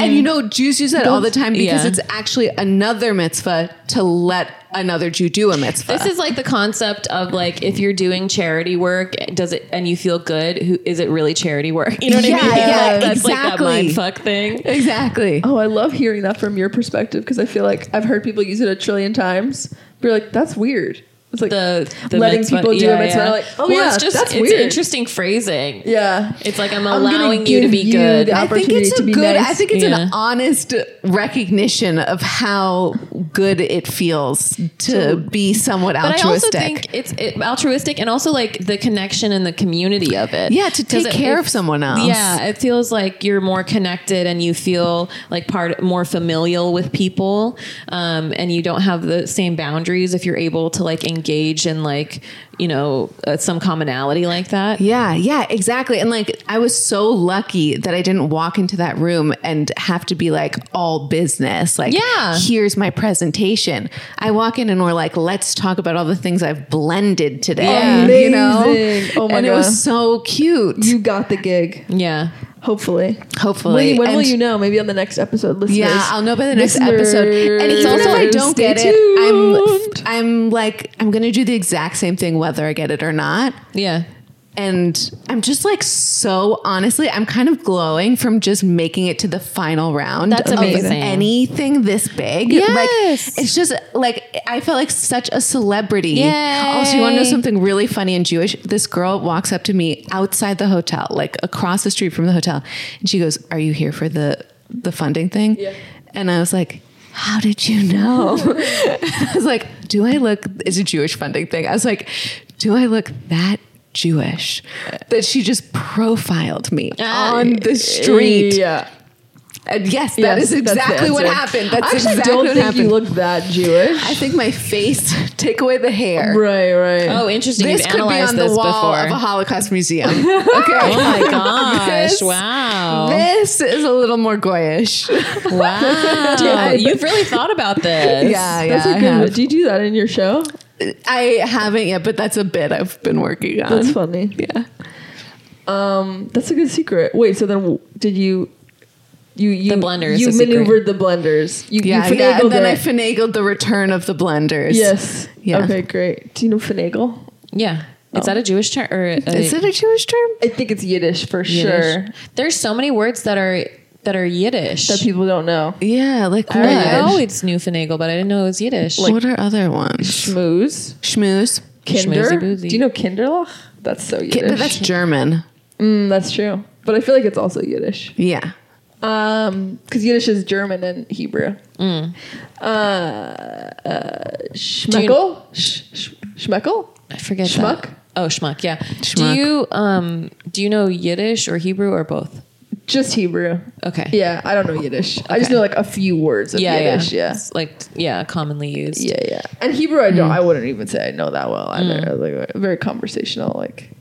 Speaker 3: And you know, Jews use that all the time because
Speaker 1: Mm. yeah.
Speaker 3: it's actually another mitzvah to let another Jew do a mitzvah.
Speaker 1: This is like the concept of like if you're doing charity work, does it and you feel good? Who is it really charity work? You know what
Speaker 3: Yeah,
Speaker 1: I mean?
Speaker 3: yeah,
Speaker 1: like, that's like that
Speaker 3: exactly.
Speaker 1: mind fuck thing.
Speaker 3: exactly.
Speaker 2: Oh, I love hearing that from your perspective because I feel like I've heard people use it a trillion times. But you're like, that's weird. It's like
Speaker 1: The, the
Speaker 2: letting
Speaker 1: mitzvah-
Speaker 2: people do a mitzvah. Like, oh
Speaker 1: Well,
Speaker 2: yeah,
Speaker 1: it's just
Speaker 2: that's
Speaker 1: it's
Speaker 2: weird.
Speaker 1: interesting phrasing.
Speaker 2: Yeah.
Speaker 1: It's like I'm
Speaker 2: gonna
Speaker 1: allowing you to
Speaker 2: give
Speaker 1: be
Speaker 2: you
Speaker 1: good.
Speaker 2: the
Speaker 3: I think
Speaker 2: opportunity
Speaker 3: it's a
Speaker 2: to be
Speaker 3: good I
Speaker 2: nice.
Speaker 3: think it's
Speaker 1: Yeah.
Speaker 3: an honest recognition of how good it feels to be somewhat
Speaker 1: but I also
Speaker 3: altruistic.
Speaker 1: think it's it, altruistic and also like the connection and the community of it.
Speaker 3: yeah, to
Speaker 1: 'Cause
Speaker 3: take
Speaker 1: it-
Speaker 3: care
Speaker 1: it-
Speaker 3: of someone else.
Speaker 1: Yeah, it feels like you're more connected and you feel like part more familial with people, um, and you don't have the same boundaries if you're able to like engage in like you know uh, some commonality like that.
Speaker 3: Yeah, yeah, exactly. And like, I was so lucky that I didn't walk into that room and have to be like all business. Like,
Speaker 4: Yeah.
Speaker 3: here's my presentation. I walk in and we're like, let's talk about all the things I've blended today.
Speaker 2: Yeah.
Speaker 3: You know?
Speaker 2: Amazing. Oh my
Speaker 3: and it
Speaker 2: God.
Speaker 3: was so cute.
Speaker 2: You got the gig,
Speaker 1: Yeah,
Speaker 2: hopefully.
Speaker 3: Hopefully.
Speaker 2: When, when will
Speaker 3: And-
Speaker 2: you know? Maybe on the next episode, listeners.
Speaker 3: Yeah, I'll know by the next episode. And
Speaker 2: Listeners,
Speaker 3: even if I don't
Speaker 2: stay
Speaker 3: get it,
Speaker 2: tuned.
Speaker 3: I'm I'm like I'm gonna do the exact same thing whether I get it or not.
Speaker 1: yeah.
Speaker 3: and I'm just like so honestly, I'm kind of glowing from just making it to the final round.
Speaker 1: That's
Speaker 3: of
Speaker 1: amazing.
Speaker 3: anything this big,
Speaker 4: Yes.
Speaker 3: like it's just like I felt like such a celebrity. Also, Oh, you want to know
Speaker 4: Yay.
Speaker 3: something really funny and Jewish? This girl walks up to me outside the hotel, like across the street from the hotel, and she goes, "Are you here for the the funding thing?"
Speaker 2: Yeah.
Speaker 3: And I was like. How did you know? I was like, do I look, it's a Jewish funding thing. I was like, do I look that Jewish that she just profiled me
Speaker 1: Ah,
Speaker 3: on the street?
Speaker 2: Yeah.
Speaker 3: And yes, that
Speaker 2: Yes,
Speaker 3: is
Speaker 2: that's the
Speaker 3: exactly what
Speaker 2: answer.
Speaker 3: happened. That's
Speaker 2: I actually
Speaker 3: exactly
Speaker 2: don't
Speaker 3: what
Speaker 2: think
Speaker 3: happened.
Speaker 2: you look that Jewish.
Speaker 3: I think my face, take away the hair.
Speaker 2: Right, right.
Speaker 1: Oh, interesting.
Speaker 3: This
Speaker 1: You've
Speaker 3: could be
Speaker 1: analyzed
Speaker 3: on the
Speaker 1: this
Speaker 3: wall
Speaker 1: before.
Speaker 3: of a Holocaust museum. Okay.
Speaker 1: oh my gosh!
Speaker 3: This-
Speaker 1: wow!
Speaker 3: This is a little more goyish.
Speaker 1: wow! You've really thought about this.
Speaker 3: Yeah,
Speaker 2: That's
Speaker 3: yeah,
Speaker 2: a
Speaker 3: I
Speaker 2: good.
Speaker 3: have.
Speaker 2: Do you do that in your show?
Speaker 3: I haven't yet, but that's a bit I've been working on.
Speaker 2: That's funny.
Speaker 3: yeah.
Speaker 2: Um, that's a good secret. Wait, so then w- did you? You you
Speaker 1: blender is
Speaker 2: you
Speaker 1: the secret.
Speaker 2: maneuvered the blenders. You,
Speaker 3: Yeah,
Speaker 2: you
Speaker 3: yeah.
Speaker 2: finagled
Speaker 3: And then I
Speaker 2: it.
Speaker 3: finagled the return of the blenders.
Speaker 2: yes.
Speaker 3: Yeah.
Speaker 2: Okay, great. Do you know finagle?
Speaker 1: yeah.
Speaker 3: Oh.
Speaker 1: Is that a Jewish term or a,
Speaker 3: Is it a Jewish term?
Speaker 2: I think it's Yiddish for sure.
Speaker 1: Yiddish. There's so many words that are that are Yiddish.
Speaker 2: That people don't know.
Speaker 3: Yeah, like what?
Speaker 1: I
Speaker 2: Yiddish.
Speaker 1: know it's Newfinagle, but I didn't know it was Yiddish.
Speaker 3: what are other ones?
Speaker 2: Schmooze,
Speaker 3: Schmooze.
Speaker 2: Kinder.
Speaker 1: Schmoozy boozy.
Speaker 2: Do you know Kinderloch? That's so Yiddish.
Speaker 3: Ki- But that's German.
Speaker 2: Mm, that's true. But I feel like it's also Yiddish.
Speaker 3: Yeah.
Speaker 2: Um, because Yiddish is German and Hebrew.
Speaker 3: Mm.
Speaker 2: Uh, uh, Schmeckel, Sh- sh- Schmeckel,
Speaker 1: I forget.
Speaker 2: Schmuck?
Speaker 1: that. Oh, schmuck. Yeah.
Speaker 3: Schmuck.
Speaker 1: Do you um do you know Yiddish or Hebrew or both?
Speaker 2: just Hebrew.
Speaker 1: Okay.
Speaker 2: Yeah, I don't know Yiddish. I just
Speaker 1: Okay.
Speaker 2: know like a few words of
Speaker 1: Yeah.
Speaker 2: Yiddish.
Speaker 1: yeah.
Speaker 2: Yeah.
Speaker 1: It's like yeah, commonly used.
Speaker 2: yeah, yeah, And Hebrew, I don't.
Speaker 1: Mm.
Speaker 2: I wouldn't even say I know that well either. Like very conversational, like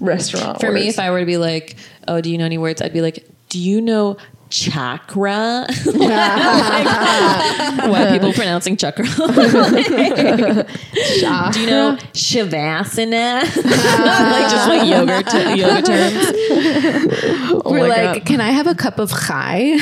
Speaker 2: restaurant.
Speaker 1: For me,
Speaker 2: words.
Speaker 1: if I were to be like, oh, do you know any words? I'd be like, do you know chakra? Like, why are people pronouncing chakra?
Speaker 3: Chakra.
Speaker 1: Do you know shavasana? like just like yoga t- yoga terms.
Speaker 3: We're
Speaker 2: my
Speaker 3: like,
Speaker 2: God.
Speaker 3: can I have a cup of chai?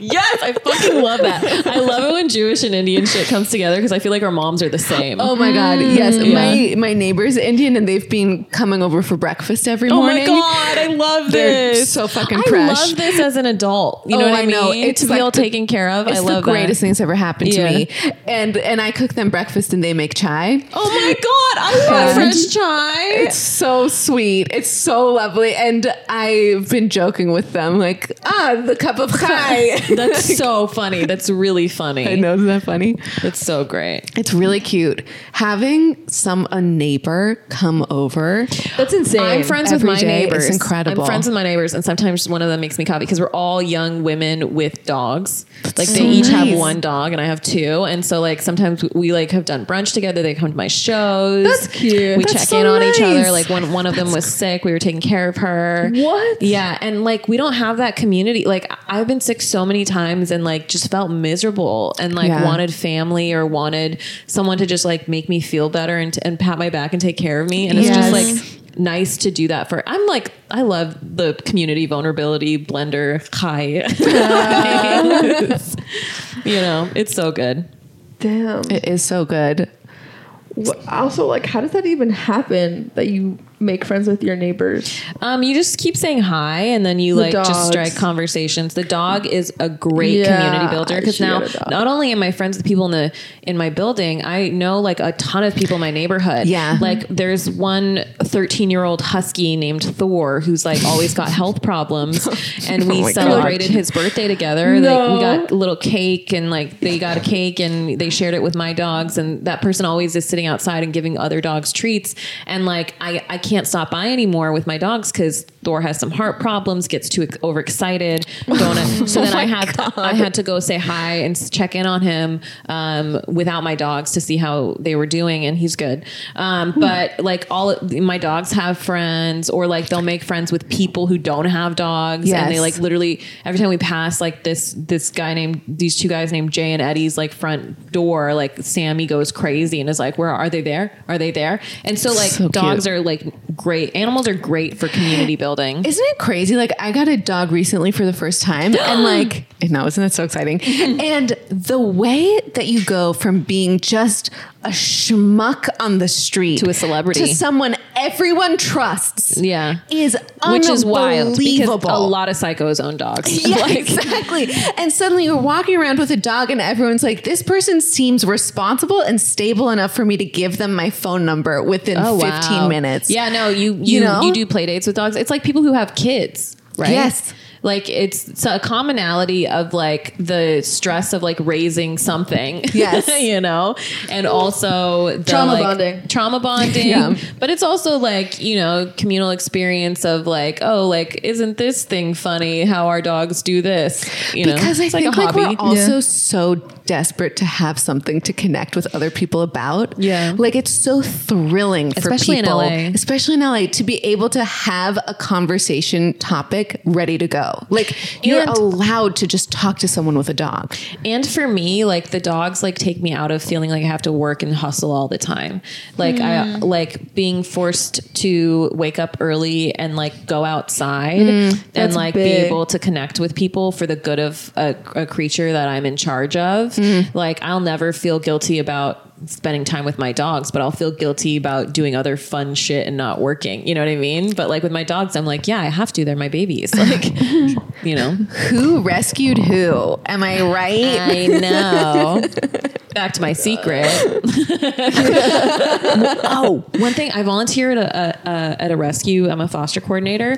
Speaker 1: Yes, I fucking love that. I love it when Jewish and Indian shit comes together because I feel like our moms are the same.
Speaker 3: Oh my god! Yes,
Speaker 1: yeah.
Speaker 3: my my neighbor's Indian, and they've been coming over for breakfast every
Speaker 1: Oh
Speaker 3: morning.
Speaker 1: my god, I love
Speaker 3: They're
Speaker 1: this.
Speaker 3: so fucking
Speaker 1: I
Speaker 3: fresh.
Speaker 1: love this as an adult. You know
Speaker 3: Oh,
Speaker 1: what I,
Speaker 3: I know.
Speaker 1: mean?
Speaker 3: It's
Speaker 1: to
Speaker 3: like
Speaker 1: be all
Speaker 3: the-
Speaker 1: taken care of.
Speaker 3: It's
Speaker 1: I love
Speaker 3: the greatest
Speaker 1: that.
Speaker 3: thing that's ever happened
Speaker 1: Yeah.
Speaker 3: to me. And and I cook them breakfast, and they make chai.
Speaker 1: Oh my god, I love
Speaker 3: Yeah.
Speaker 1: fresh chai.
Speaker 3: It's so sweet. It's so lovely. And I've been joking with them, like, ah, the cup of chai.
Speaker 1: That's so funny. That's really funny.
Speaker 3: I know, isn't that funny?
Speaker 1: That's so great.
Speaker 3: It's really cute. Having some a neighbor come over.
Speaker 2: That's insane.
Speaker 1: I'm friends with
Speaker 3: Every
Speaker 1: my
Speaker 3: day is
Speaker 1: neighbors.
Speaker 3: incredible.
Speaker 1: I'm friends with my neighbors, and sometimes one of them makes me coffee because we're all young women with dogs. like they each
Speaker 3: nice.
Speaker 1: have one dog, and I have two. And so like sometimes we like have done brunch together. They come to my shows.
Speaker 2: That's cute.
Speaker 1: We
Speaker 3: That's
Speaker 1: check
Speaker 3: so
Speaker 1: in on each
Speaker 3: nice.
Speaker 1: other. Like when one of them was sick, we were taking care of her.
Speaker 2: What?
Speaker 1: Yeah, and like we don't have that community. Like I- I've been sick so many times, and like just felt miserable, and like
Speaker 3: Yeah.
Speaker 1: wanted family or wanted someone to just like make me feel better and, and pat my back and take care of me. And it's
Speaker 3: Yes.
Speaker 1: just like nice to do that for. I'm like I love the community vulnerability blender. Hi, you know it's so good.
Speaker 2: Damn.
Speaker 3: It is so good.
Speaker 2: Wh- Also, like, how does that even happen that you make friends with your neighbors?
Speaker 1: Um, you just keep saying hi, and then you
Speaker 2: The
Speaker 1: like
Speaker 2: dogs.
Speaker 1: just strike conversations. The dog is a great
Speaker 2: Yeah,
Speaker 1: community builder
Speaker 2: I
Speaker 1: because
Speaker 2: should
Speaker 1: now
Speaker 2: get a dog.
Speaker 1: not only am I friends with people in the in my building, I know like a ton of people in my neighborhood.
Speaker 3: Yeah.
Speaker 1: like there's one 13 year old husky named Thor who's like always got health problems, and we
Speaker 3: my God.
Speaker 1: celebrated his birthday together. Like
Speaker 2: Oh No.
Speaker 1: we got a little cake, and like they got a cake, and they shared it with my dogs. And that person always is sitting outside and giving other dogs treats. And like I, I can't stop by anymore with my dogs because Thor has some heart problems, gets too ex- overexcited. Don't so then I had I had to go say hi and s- check in on him um, without my dogs to see how they were doing, and he's good. Um, but like all my dogs have friends, or like they'll make friends with people who don't have dogs, and
Speaker 3: Yes.
Speaker 1: they like literally every time we pass like this this guy named these two guys named Jay and Eddie's like front door like Sammy goes crazy and is like where are they there are they there and so like
Speaker 3: So cute.
Speaker 1: dogs are like great animals are great for community building
Speaker 3: Isn't it crazy? Like I got a dog recently for the first time, and like I know, isn't that so exciting? and the way that you go from being just a schmuck on the street
Speaker 1: To a celebrity.
Speaker 3: to someone everyone trusts,
Speaker 1: yeah
Speaker 3: is
Speaker 1: which is wild because
Speaker 3: unbelievable.
Speaker 1: a lot of psychos own dogs
Speaker 3: Yeah, exactly. And suddenly you're walking around with a dog, and everyone's like, "This person seems responsible and stable enough for me to give them my phone number within
Speaker 1: Oh,
Speaker 3: 15 minutes."
Speaker 1: Yeah, no, you you
Speaker 3: You
Speaker 1: you,
Speaker 3: know?
Speaker 1: do play dates with dogs. It's like people who have kids, right?
Speaker 3: Yes.
Speaker 1: Like it's, it's a commonality of like the stress of like raising something.
Speaker 3: Yes.
Speaker 1: you know? And also the
Speaker 2: Trauma
Speaker 1: like,
Speaker 2: bonding.
Speaker 1: Trauma bonding.
Speaker 3: Yeah.
Speaker 1: But it's also like, you know, communal experience of like, oh, like, isn't this thing funny how our dogs do this? You know,
Speaker 3: because I
Speaker 1: it's
Speaker 3: think
Speaker 1: a
Speaker 3: like,
Speaker 1: hobby.
Speaker 3: we're also so desperate to have something to connect with other people about.
Speaker 1: Yeah.
Speaker 3: like it's so thrilling,
Speaker 1: Especially
Speaker 3: for
Speaker 1: in
Speaker 3: people,
Speaker 1: LA.
Speaker 3: especially in LA, to be able to have a conversation topic ready to go. Like you're
Speaker 1: And-
Speaker 3: allowed to just talk to someone with a dog.
Speaker 1: And for me, like the dogs like take me out of feeling like I have to work and hustle all the time. Like I like being forced to wake up early and like go outside and like be
Speaker 2: big.
Speaker 1: able to connect with people for the good of a, a creature that I'm in charge of. Like I'll never feel guilty about spending time with my dogs, but I'll feel guilty about doing other fun shit and not working. You know what I mean? But like with my dogs, I'm like, yeah, I have to. They're my babies. Like, you know.
Speaker 3: Who rescued who? Am I right?
Speaker 1: I know. Back to my secret. oh, one thing I volunteer at a, a, a at a rescue. I'm a foster coordinator,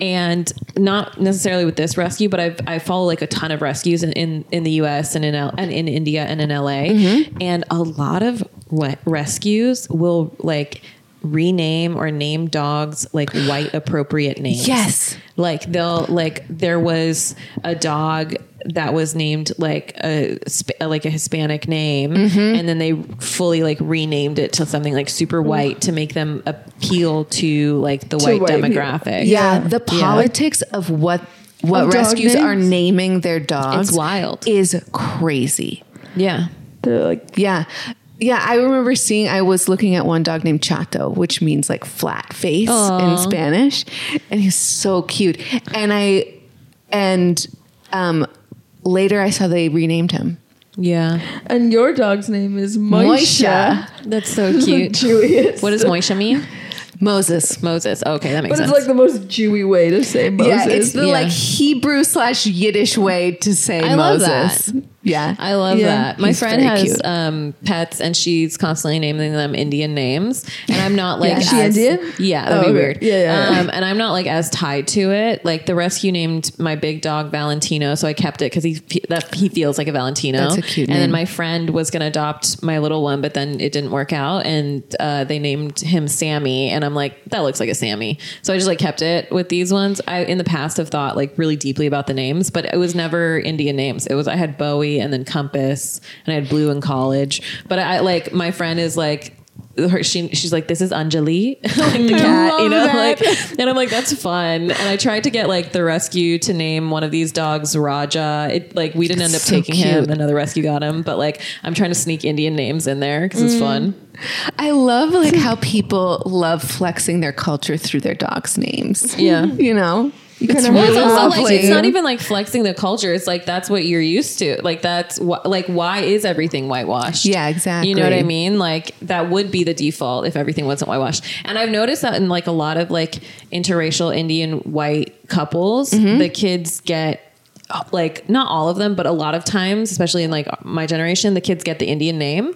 Speaker 1: and not necessarily with this rescue, but I've, I follow like a ton of rescues in, in, in the U.S. and in L, and in India and in L.A. And a lot of re- rescues will like rename or name dogs like white appropriate names
Speaker 3: Yes.
Speaker 1: like they'll like there was a dog that was named like a Sp- like a Hispanic name,
Speaker 2: Mm-hmm.
Speaker 1: and then they fully like renamed it to something like super white to make them appeal to like the white,
Speaker 2: white people.
Speaker 1: demographic.
Speaker 3: yeah,
Speaker 2: Yeah.
Speaker 3: the politics of what what
Speaker 2: Of dog
Speaker 3: rescues
Speaker 2: names?
Speaker 3: are naming their dogs
Speaker 1: It's wild.
Speaker 3: is crazy.
Speaker 1: yeah.
Speaker 2: They're like,
Speaker 3: Yeah. Yeah, I remember seeing I was looking at one dog named Chato, which means like flat face in Spanish, and he's so cute. And I and um later I saw they renamed him.
Speaker 1: Yeah.
Speaker 2: And your dog's name is Moisha.
Speaker 1: That's so cute.
Speaker 2: Julius.
Speaker 1: what does Moisha mean?
Speaker 3: Moses.
Speaker 1: Moses. okay, that makes
Speaker 2: But it's
Speaker 1: sense.
Speaker 2: like the most Jewy way to say Moses.
Speaker 3: Yeah, it's the
Speaker 1: Yeah.
Speaker 3: like Hebrew slash Yiddish way to say
Speaker 1: I love
Speaker 3: Moses.
Speaker 1: that.
Speaker 3: Yeah.
Speaker 1: I love
Speaker 2: Yeah.
Speaker 1: that. My
Speaker 3: He's
Speaker 1: friend
Speaker 3: very
Speaker 1: has
Speaker 3: cute.
Speaker 1: um, pets, and she's constantly naming them Indian names. And I'm not like
Speaker 2: Is she
Speaker 1: as-
Speaker 2: Indian?
Speaker 1: Yeah, that'd
Speaker 2: Oh,
Speaker 1: be
Speaker 2: okay.
Speaker 1: weird.
Speaker 2: Yeah, yeah, yeah.
Speaker 1: Um, and I'm not like as tied to it. Like the rescue named my big dog Valentino, so I kept it because he fe- that he feels like a Valentino.
Speaker 3: That's a cute
Speaker 1: And then
Speaker 3: name.
Speaker 1: my friend was gonna adopt my little one, but then it didn't work out, and uh, they named him Sammy. And I'm like, that looks like a Sammy. So I just like kept it with these ones. I in the past have thought like really deeply about the names, but it was never Indian names. It was I had Bowie and then Compass, and I had Blue in college. But I like my friend is like. Her, she, she's like, this is Anjali, like the cat, you know,
Speaker 4: love
Speaker 1: like, and I'm like, that's fun. And I tried to get like the rescue to name one of these dogs Raja. It like we didn't end up
Speaker 3: so
Speaker 1: taking him,
Speaker 3: cute.
Speaker 1: another rescue got him but like i'm trying to sneak indian names in there because it's fun
Speaker 3: I love like how people love flexing their culture through their dog's names.
Speaker 1: Yeah.
Speaker 3: You know? You
Speaker 2: It's
Speaker 3: kinda
Speaker 2: really
Speaker 1: it's also like
Speaker 3: lovely.
Speaker 1: it's not even like flexing the culture it's like that's what you're used to like that's wh- like why is everything whitewashed
Speaker 3: Yeah, exactly.
Speaker 1: you know what i mean like that would be the default if everything wasn't whitewashed and i've noticed that in like a lot of like interracial indian white couples the kids get like not all of them but a lot of times especially in like my generation the kids get the indian name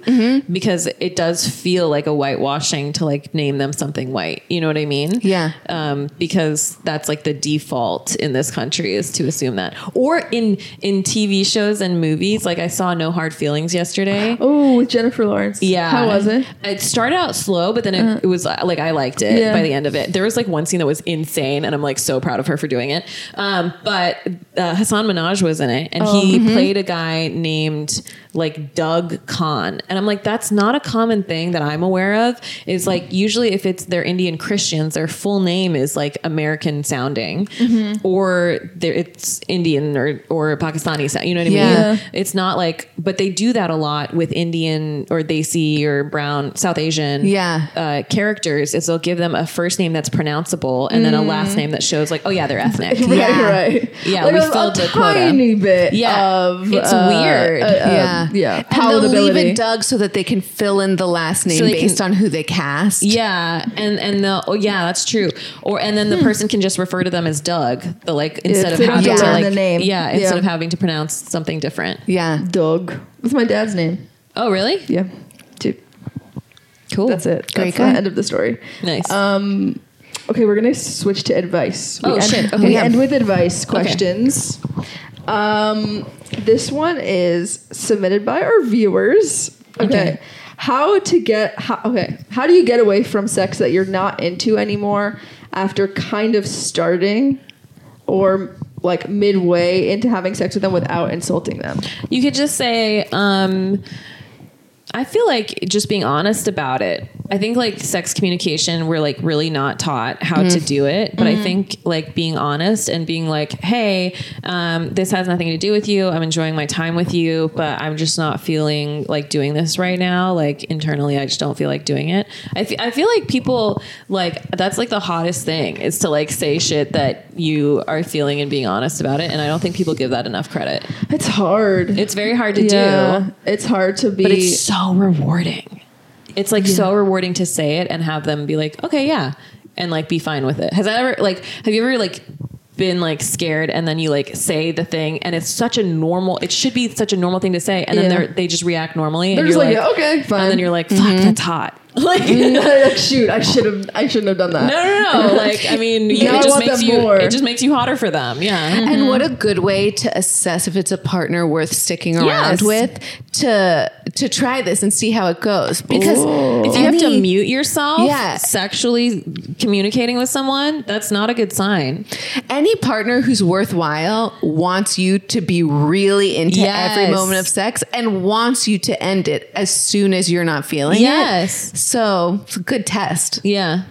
Speaker 1: because it does feel like a whitewashing to like name them something white you know what i mean
Speaker 3: Yeah.
Speaker 1: um, because that's like the default in this country is to assume that. Or in in TV shows and movies, like I saw No Hard Feelings yesterday.
Speaker 2: Oh, with Jennifer Lawrence.
Speaker 1: Yeah,
Speaker 2: How was it? Uh-huh.
Speaker 1: It started out slow, but then it, it was uh, like I liked it
Speaker 2: Yeah.
Speaker 1: by the end of it. There was like one scene that was insane, and I'm like so proud of her for doing it. Um, but uh, Hassan Minaj was in it, and
Speaker 3: Oh,
Speaker 1: he
Speaker 3: mm-hmm.
Speaker 1: played a guy named like Doug Khan, and I'm like, that's not a common thing that I'm aware of. Is like usually if it's they're Indian Christians, their full name is like American sounding,
Speaker 3: Mm-hmm.
Speaker 1: or they're, it's Indian or or Pakistani sound. You know what I mean?
Speaker 3: Yeah.
Speaker 1: It's not like, but they do that a lot with Indian or Desi or brown, South Asian
Speaker 3: Yeah.
Speaker 1: uh, characters is they'll give them a first name that's pronounceable and then a last name that shows like, oh yeah, they're ethnic.
Speaker 3: Yeah.
Speaker 2: Mm. Right, right.
Speaker 1: Yeah,
Speaker 2: like
Speaker 1: we
Speaker 2: a,
Speaker 1: filled
Speaker 2: a
Speaker 1: the quota.
Speaker 2: tiny bit
Speaker 1: Yeah.
Speaker 2: of
Speaker 1: It's
Speaker 2: uh,
Speaker 1: weird.
Speaker 2: uh, uh,
Speaker 3: yeah.
Speaker 2: yeah. yeah.
Speaker 3: And they'll leave it
Speaker 2: Palatability.
Speaker 3: Doug so that they can fill in the last name
Speaker 1: So they
Speaker 3: based
Speaker 1: can-
Speaker 3: on who they cast.
Speaker 1: Yeah, and and the oh yeah, that's true. Or and then the
Speaker 2: Hmm.
Speaker 1: person can just refer to them as Doug. The like instead
Speaker 2: if
Speaker 1: of
Speaker 2: they don't
Speaker 1: having
Speaker 3: have to
Speaker 1: to
Speaker 2: learn
Speaker 1: like
Speaker 2: the name.
Speaker 1: yeah, instead
Speaker 2: Yeah.
Speaker 1: of having to pronounce something different.
Speaker 3: Yeah.
Speaker 2: Doug. That's my dad's name.
Speaker 1: Oh really?
Speaker 2: Yeah. Dude,
Speaker 1: Cool.
Speaker 2: that's it. That's
Speaker 3: Great
Speaker 2: the
Speaker 3: guy.
Speaker 2: end of the story.
Speaker 1: Nice.
Speaker 2: Um, okay, we're gonna switch to advice. We
Speaker 1: Oh,
Speaker 2: end,
Speaker 1: shit. Okay.
Speaker 2: we
Speaker 1: Yeah.
Speaker 2: end with advice questions. Um, this one is submitted by our viewers. Okay.
Speaker 1: Okay.
Speaker 2: How to get how, okay? How do you get away from sex that you're not into anymore after kind of starting or like midway into having sex with them without insulting them?
Speaker 1: you could just say um i feel like just being honest about it i think like sex communication we're like really not taught how to do it but i think like being honest and being like hey um, this has nothing to do with you i'm enjoying my time with you but i'm just not feeling like doing this right now like internally i just don't feel like doing it i, fe- I feel like people like that's like the hottest thing is to like say shit that you are feeling and being honest about it and i don't think people give that enough credit
Speaker 2: It's hard.
Speaker 1: it's very hard to do,
Speaker 2: it's hard to be.
Speaker 1: but it's so rewarding. It's like so rewarding to say it and have them be like, okay, yeah, and like be fine with it. Has that ever like have you ever like been like scared and then you like say the thing and it's such a normal it should be such a normal thing to say and then
Speaker 2: Yeah.
Speaker 1: they're they just react normally
Speaker 2: they're
Speaker 1: and
Speaker 2: just
Speaker 1: you're
Speaker 2: like, yeah, okay, fine. Mm-hmm.
Speaker 1: and then you're like, fuck, that's hot. Like
Speaker 2: like, shoot, I should have I shouldn't have done that.
Speaker 1: No, no, no. Like, I mean, you,
Speaker 2: Now I
Speaker 1: it just
Speaker 2: want
Speaker 1: makes
Speaker 2: them
Speaker 1: you
Speaker 2: more.
Speaker 1: it just makes you hotter for them. Yeah.
Speaker 3: And what a good way to assess if it's a partner worth sticking around
Speaker 1: Yes.
Speaker 3: with to to try this and see how it goes. Because
Speaker 1: If you have to
Speaker 3: any-
Speaker 1: mute yourself
Speaker 3: Yeah.
Speaker 1: sexually communicating with someone, that's not a good sign.
Speaker 3: any partner who's worthwhile wants you to be really into
Speaker 1: Yes.
Speaker 3: every moment of sex and wants you to end it as soon as you're not feeling
Speaker 1: Yes.
Speaker 3: it. So it's a good test.
Speaker 1: Yeah.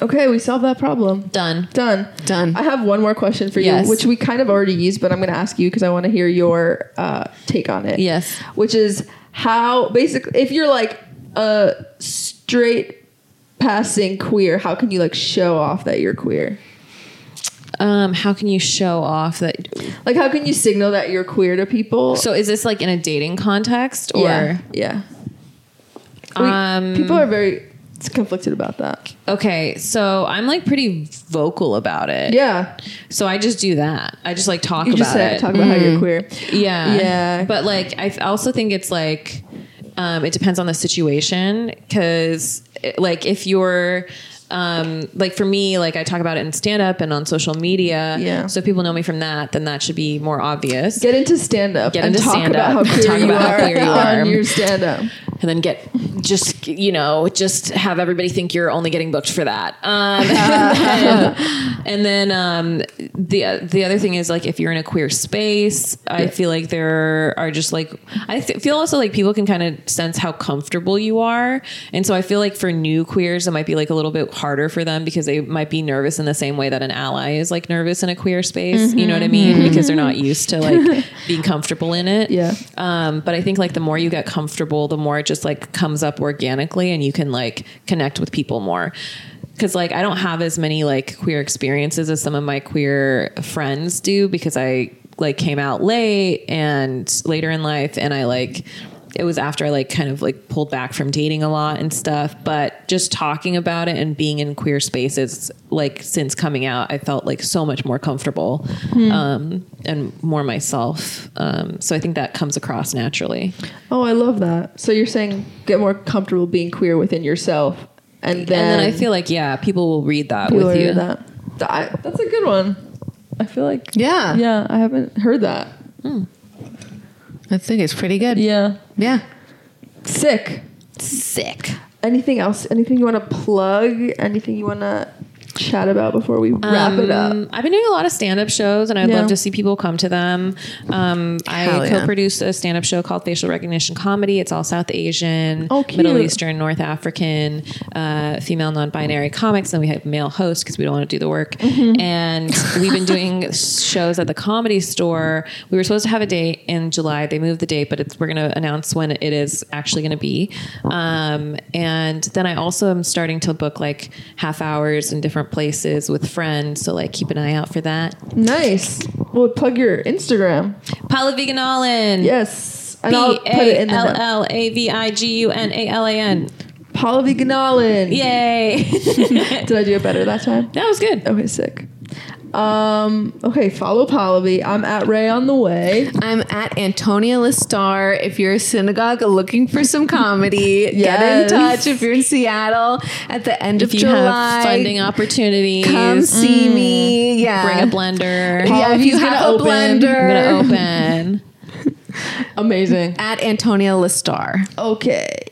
Speaker 2: Okay, we solved that problem.
Speaker 1: Done.
Speaker 2: Done.
Speaker 3: Done.
Speaker 2: I have one more question for you,
Speaker 1: Yes.
Speaker 2: which we kind of already used, but I'm going to ask you because I want to hear your uh, take on it.
Speaker 1: Yes.
Speaker 2: Which is how basically, if you're like a straight passing queer, how can you like show off that you're queer?
Speaker 1: Um, how can you show off that?
Speaker 2: Like, how can you signal that you're queer to people?
Speaker 1: So is this like in a dating context or?
Speaker 2: yeah, yeah. We-
Speaker 1: Um,
Speaker 2: people are very conflicted about that.
Speaker 1: Okay, so I'm like pretty vocal about it.
Speaker 2: Yeah,
Speaker 1: So I just do that. I just like talk
Speaker 2: you
Speaker 1: about
Speaker 2: just said
Speaker 1: it. Mm-hmm.
Speaker 2: talk about how you're queer.
Speaker 1: Yeah.
Speaker 2: Yeah.
Speaker 1: But like, I th- also think it's like, um, it depends on the situation. Cause it- like, if you're, um, like for me, like I talk about it in stand up and on social media.
Speaker 2: Yeah.
Speaker 1: So if people know me from that, then that should be more obvious.
Speaker 2: Get into stand up
Speaker 1: Get
Speaker 2: and
Speaker 1: into
Speaker 2: talk
Speaker 1: stand-up
Speaker 2: about how
Speaker 1: and
Speaker 2: queer,
Speaker 1: talk
Speaker 2: you,
Speaker 1: about how
Speaker 2: are
Speaker 1: queer you are.
Speaker 2: on your stand up.
Speaker 1: and then get just, you know, just have everybody think you're only getting booked for that. Um, and, and then, um, the, the other thing is like, if you're in a queer space, I feel like there are just like, I th- feel also like people can kind of sense how comfortable you are. And so I feel like for new queers, it might be like a little bit harder for them because they might be nervous in the same way that an ally is like nervous in a queer space. You know what I mean? Because they're not used to like being comfortable in it.
Speaker 2: Yeah.
Speaker 1: Um, but I think like the more you get comfortable, the more it just like comes up organically and you can like connect with people more. Cause like I don't have as many like queer experiences as some of my queer friends do because I like came out late and later in life and I like it was after I like kind of like pulled back from dating a lot and stuff, but just talking about it and being in queer spaces like since coming out, I felt like so much more comfortable um, and more myself. Um, so I think that comes across naturally.
Speaker 2: Oh, I love that. So you're saying get more comfortable being queer within yourself, and then
Speaker 1: and then I feel like yeah, people will read that
Speaker 2: people
Speaker 1: with
Speaker 2: are
Speaker 1: you.
Speaker 2: that. Th- I- that's a good one. I feel like
Speaker 3: Yeah.
Speaker 2: yeah, I haven't heard that.
Speaker 3: I think it's pretty good.
Speaker 2: Yeah,
Speaker 3: Yeah.
Speaker 2: sick.
Speaker 1: Sick.
Speaker 2: Anything else? Anything you want to plug? Anything you want to chat about before we wrap it up?
Speaker 1: Um, I've been doing a lot of stand-up shows, and I'd
Speaker 2: Yeah.
Speaker 1: love to see people come to them. Um,
Speaker 3: Hell
Speaker 1: I
Speaker 3: yeah.
Speaker 1: co-produce a stand-up show called Facial Recognition Comedy. It's all South Asian,
Speaker 2: Oh, cute.
Speaker 1: Middle Eastern, North African, uh, female non-binary comics, and we have male hosts because we don't want to do the work.
Speaker 2: Mm-hmm.
Speaker 1: And we've been doing shows at the Comedy Store. We were supposed to have a date in July. They moved the date, but it's, we're going to announce when it is actually going to be. Um, and then I also am starting to book like half hours in different places with friends. So like keep an eye out for that.
Speaker 2: Nice. Well, plug your Instagram.
Speaker 1: Paula Veganalin.
Speaker 2: Yes. And
Speaker 1: B
Speaker 2: i I'll put it
Speaker 1: A
Speaker 2: in the
Speaker 1: L
Speaker 2: notes.
Speaker 1: L A V I G U N A L A N.
Speaker 2: Paula Viganalan.
Speaker 1: Yay.
Speaker 2: Did I do it better that time?
Speaker 1: that was good.
Speaker 2: Okay, sick. Um, okay, follow Pallavi. I'm at Ray on the way.
Speaker 3: I'm at Antonia Lestar. If you're a synagogue looking for some comedy, get in
Speaker 2: Yes.
Speaker 3: touch. If you're in Seattle at the end
Speaker 1: If
Speaker 3: of
Speaker 1: you
Speaker 3: July,
Speaker 1: have funding opportunities,
Speaker 3: come see me. Yeah.
Speaker 1: bring a blender. Oh,
Speaker 3: Yeah, if you
Speaker 2: Paula's
Speaker 3: have
Speaker 2: gonna
Speaker 3: a
Speaker 2: open.
Speaker 1: I'm
Speaker 3: blender,
Speaker 1: gonna open.
Speaker 2: Amazing.
Speaker 3: at Antonia Lestar.
Speaker 2: Okay.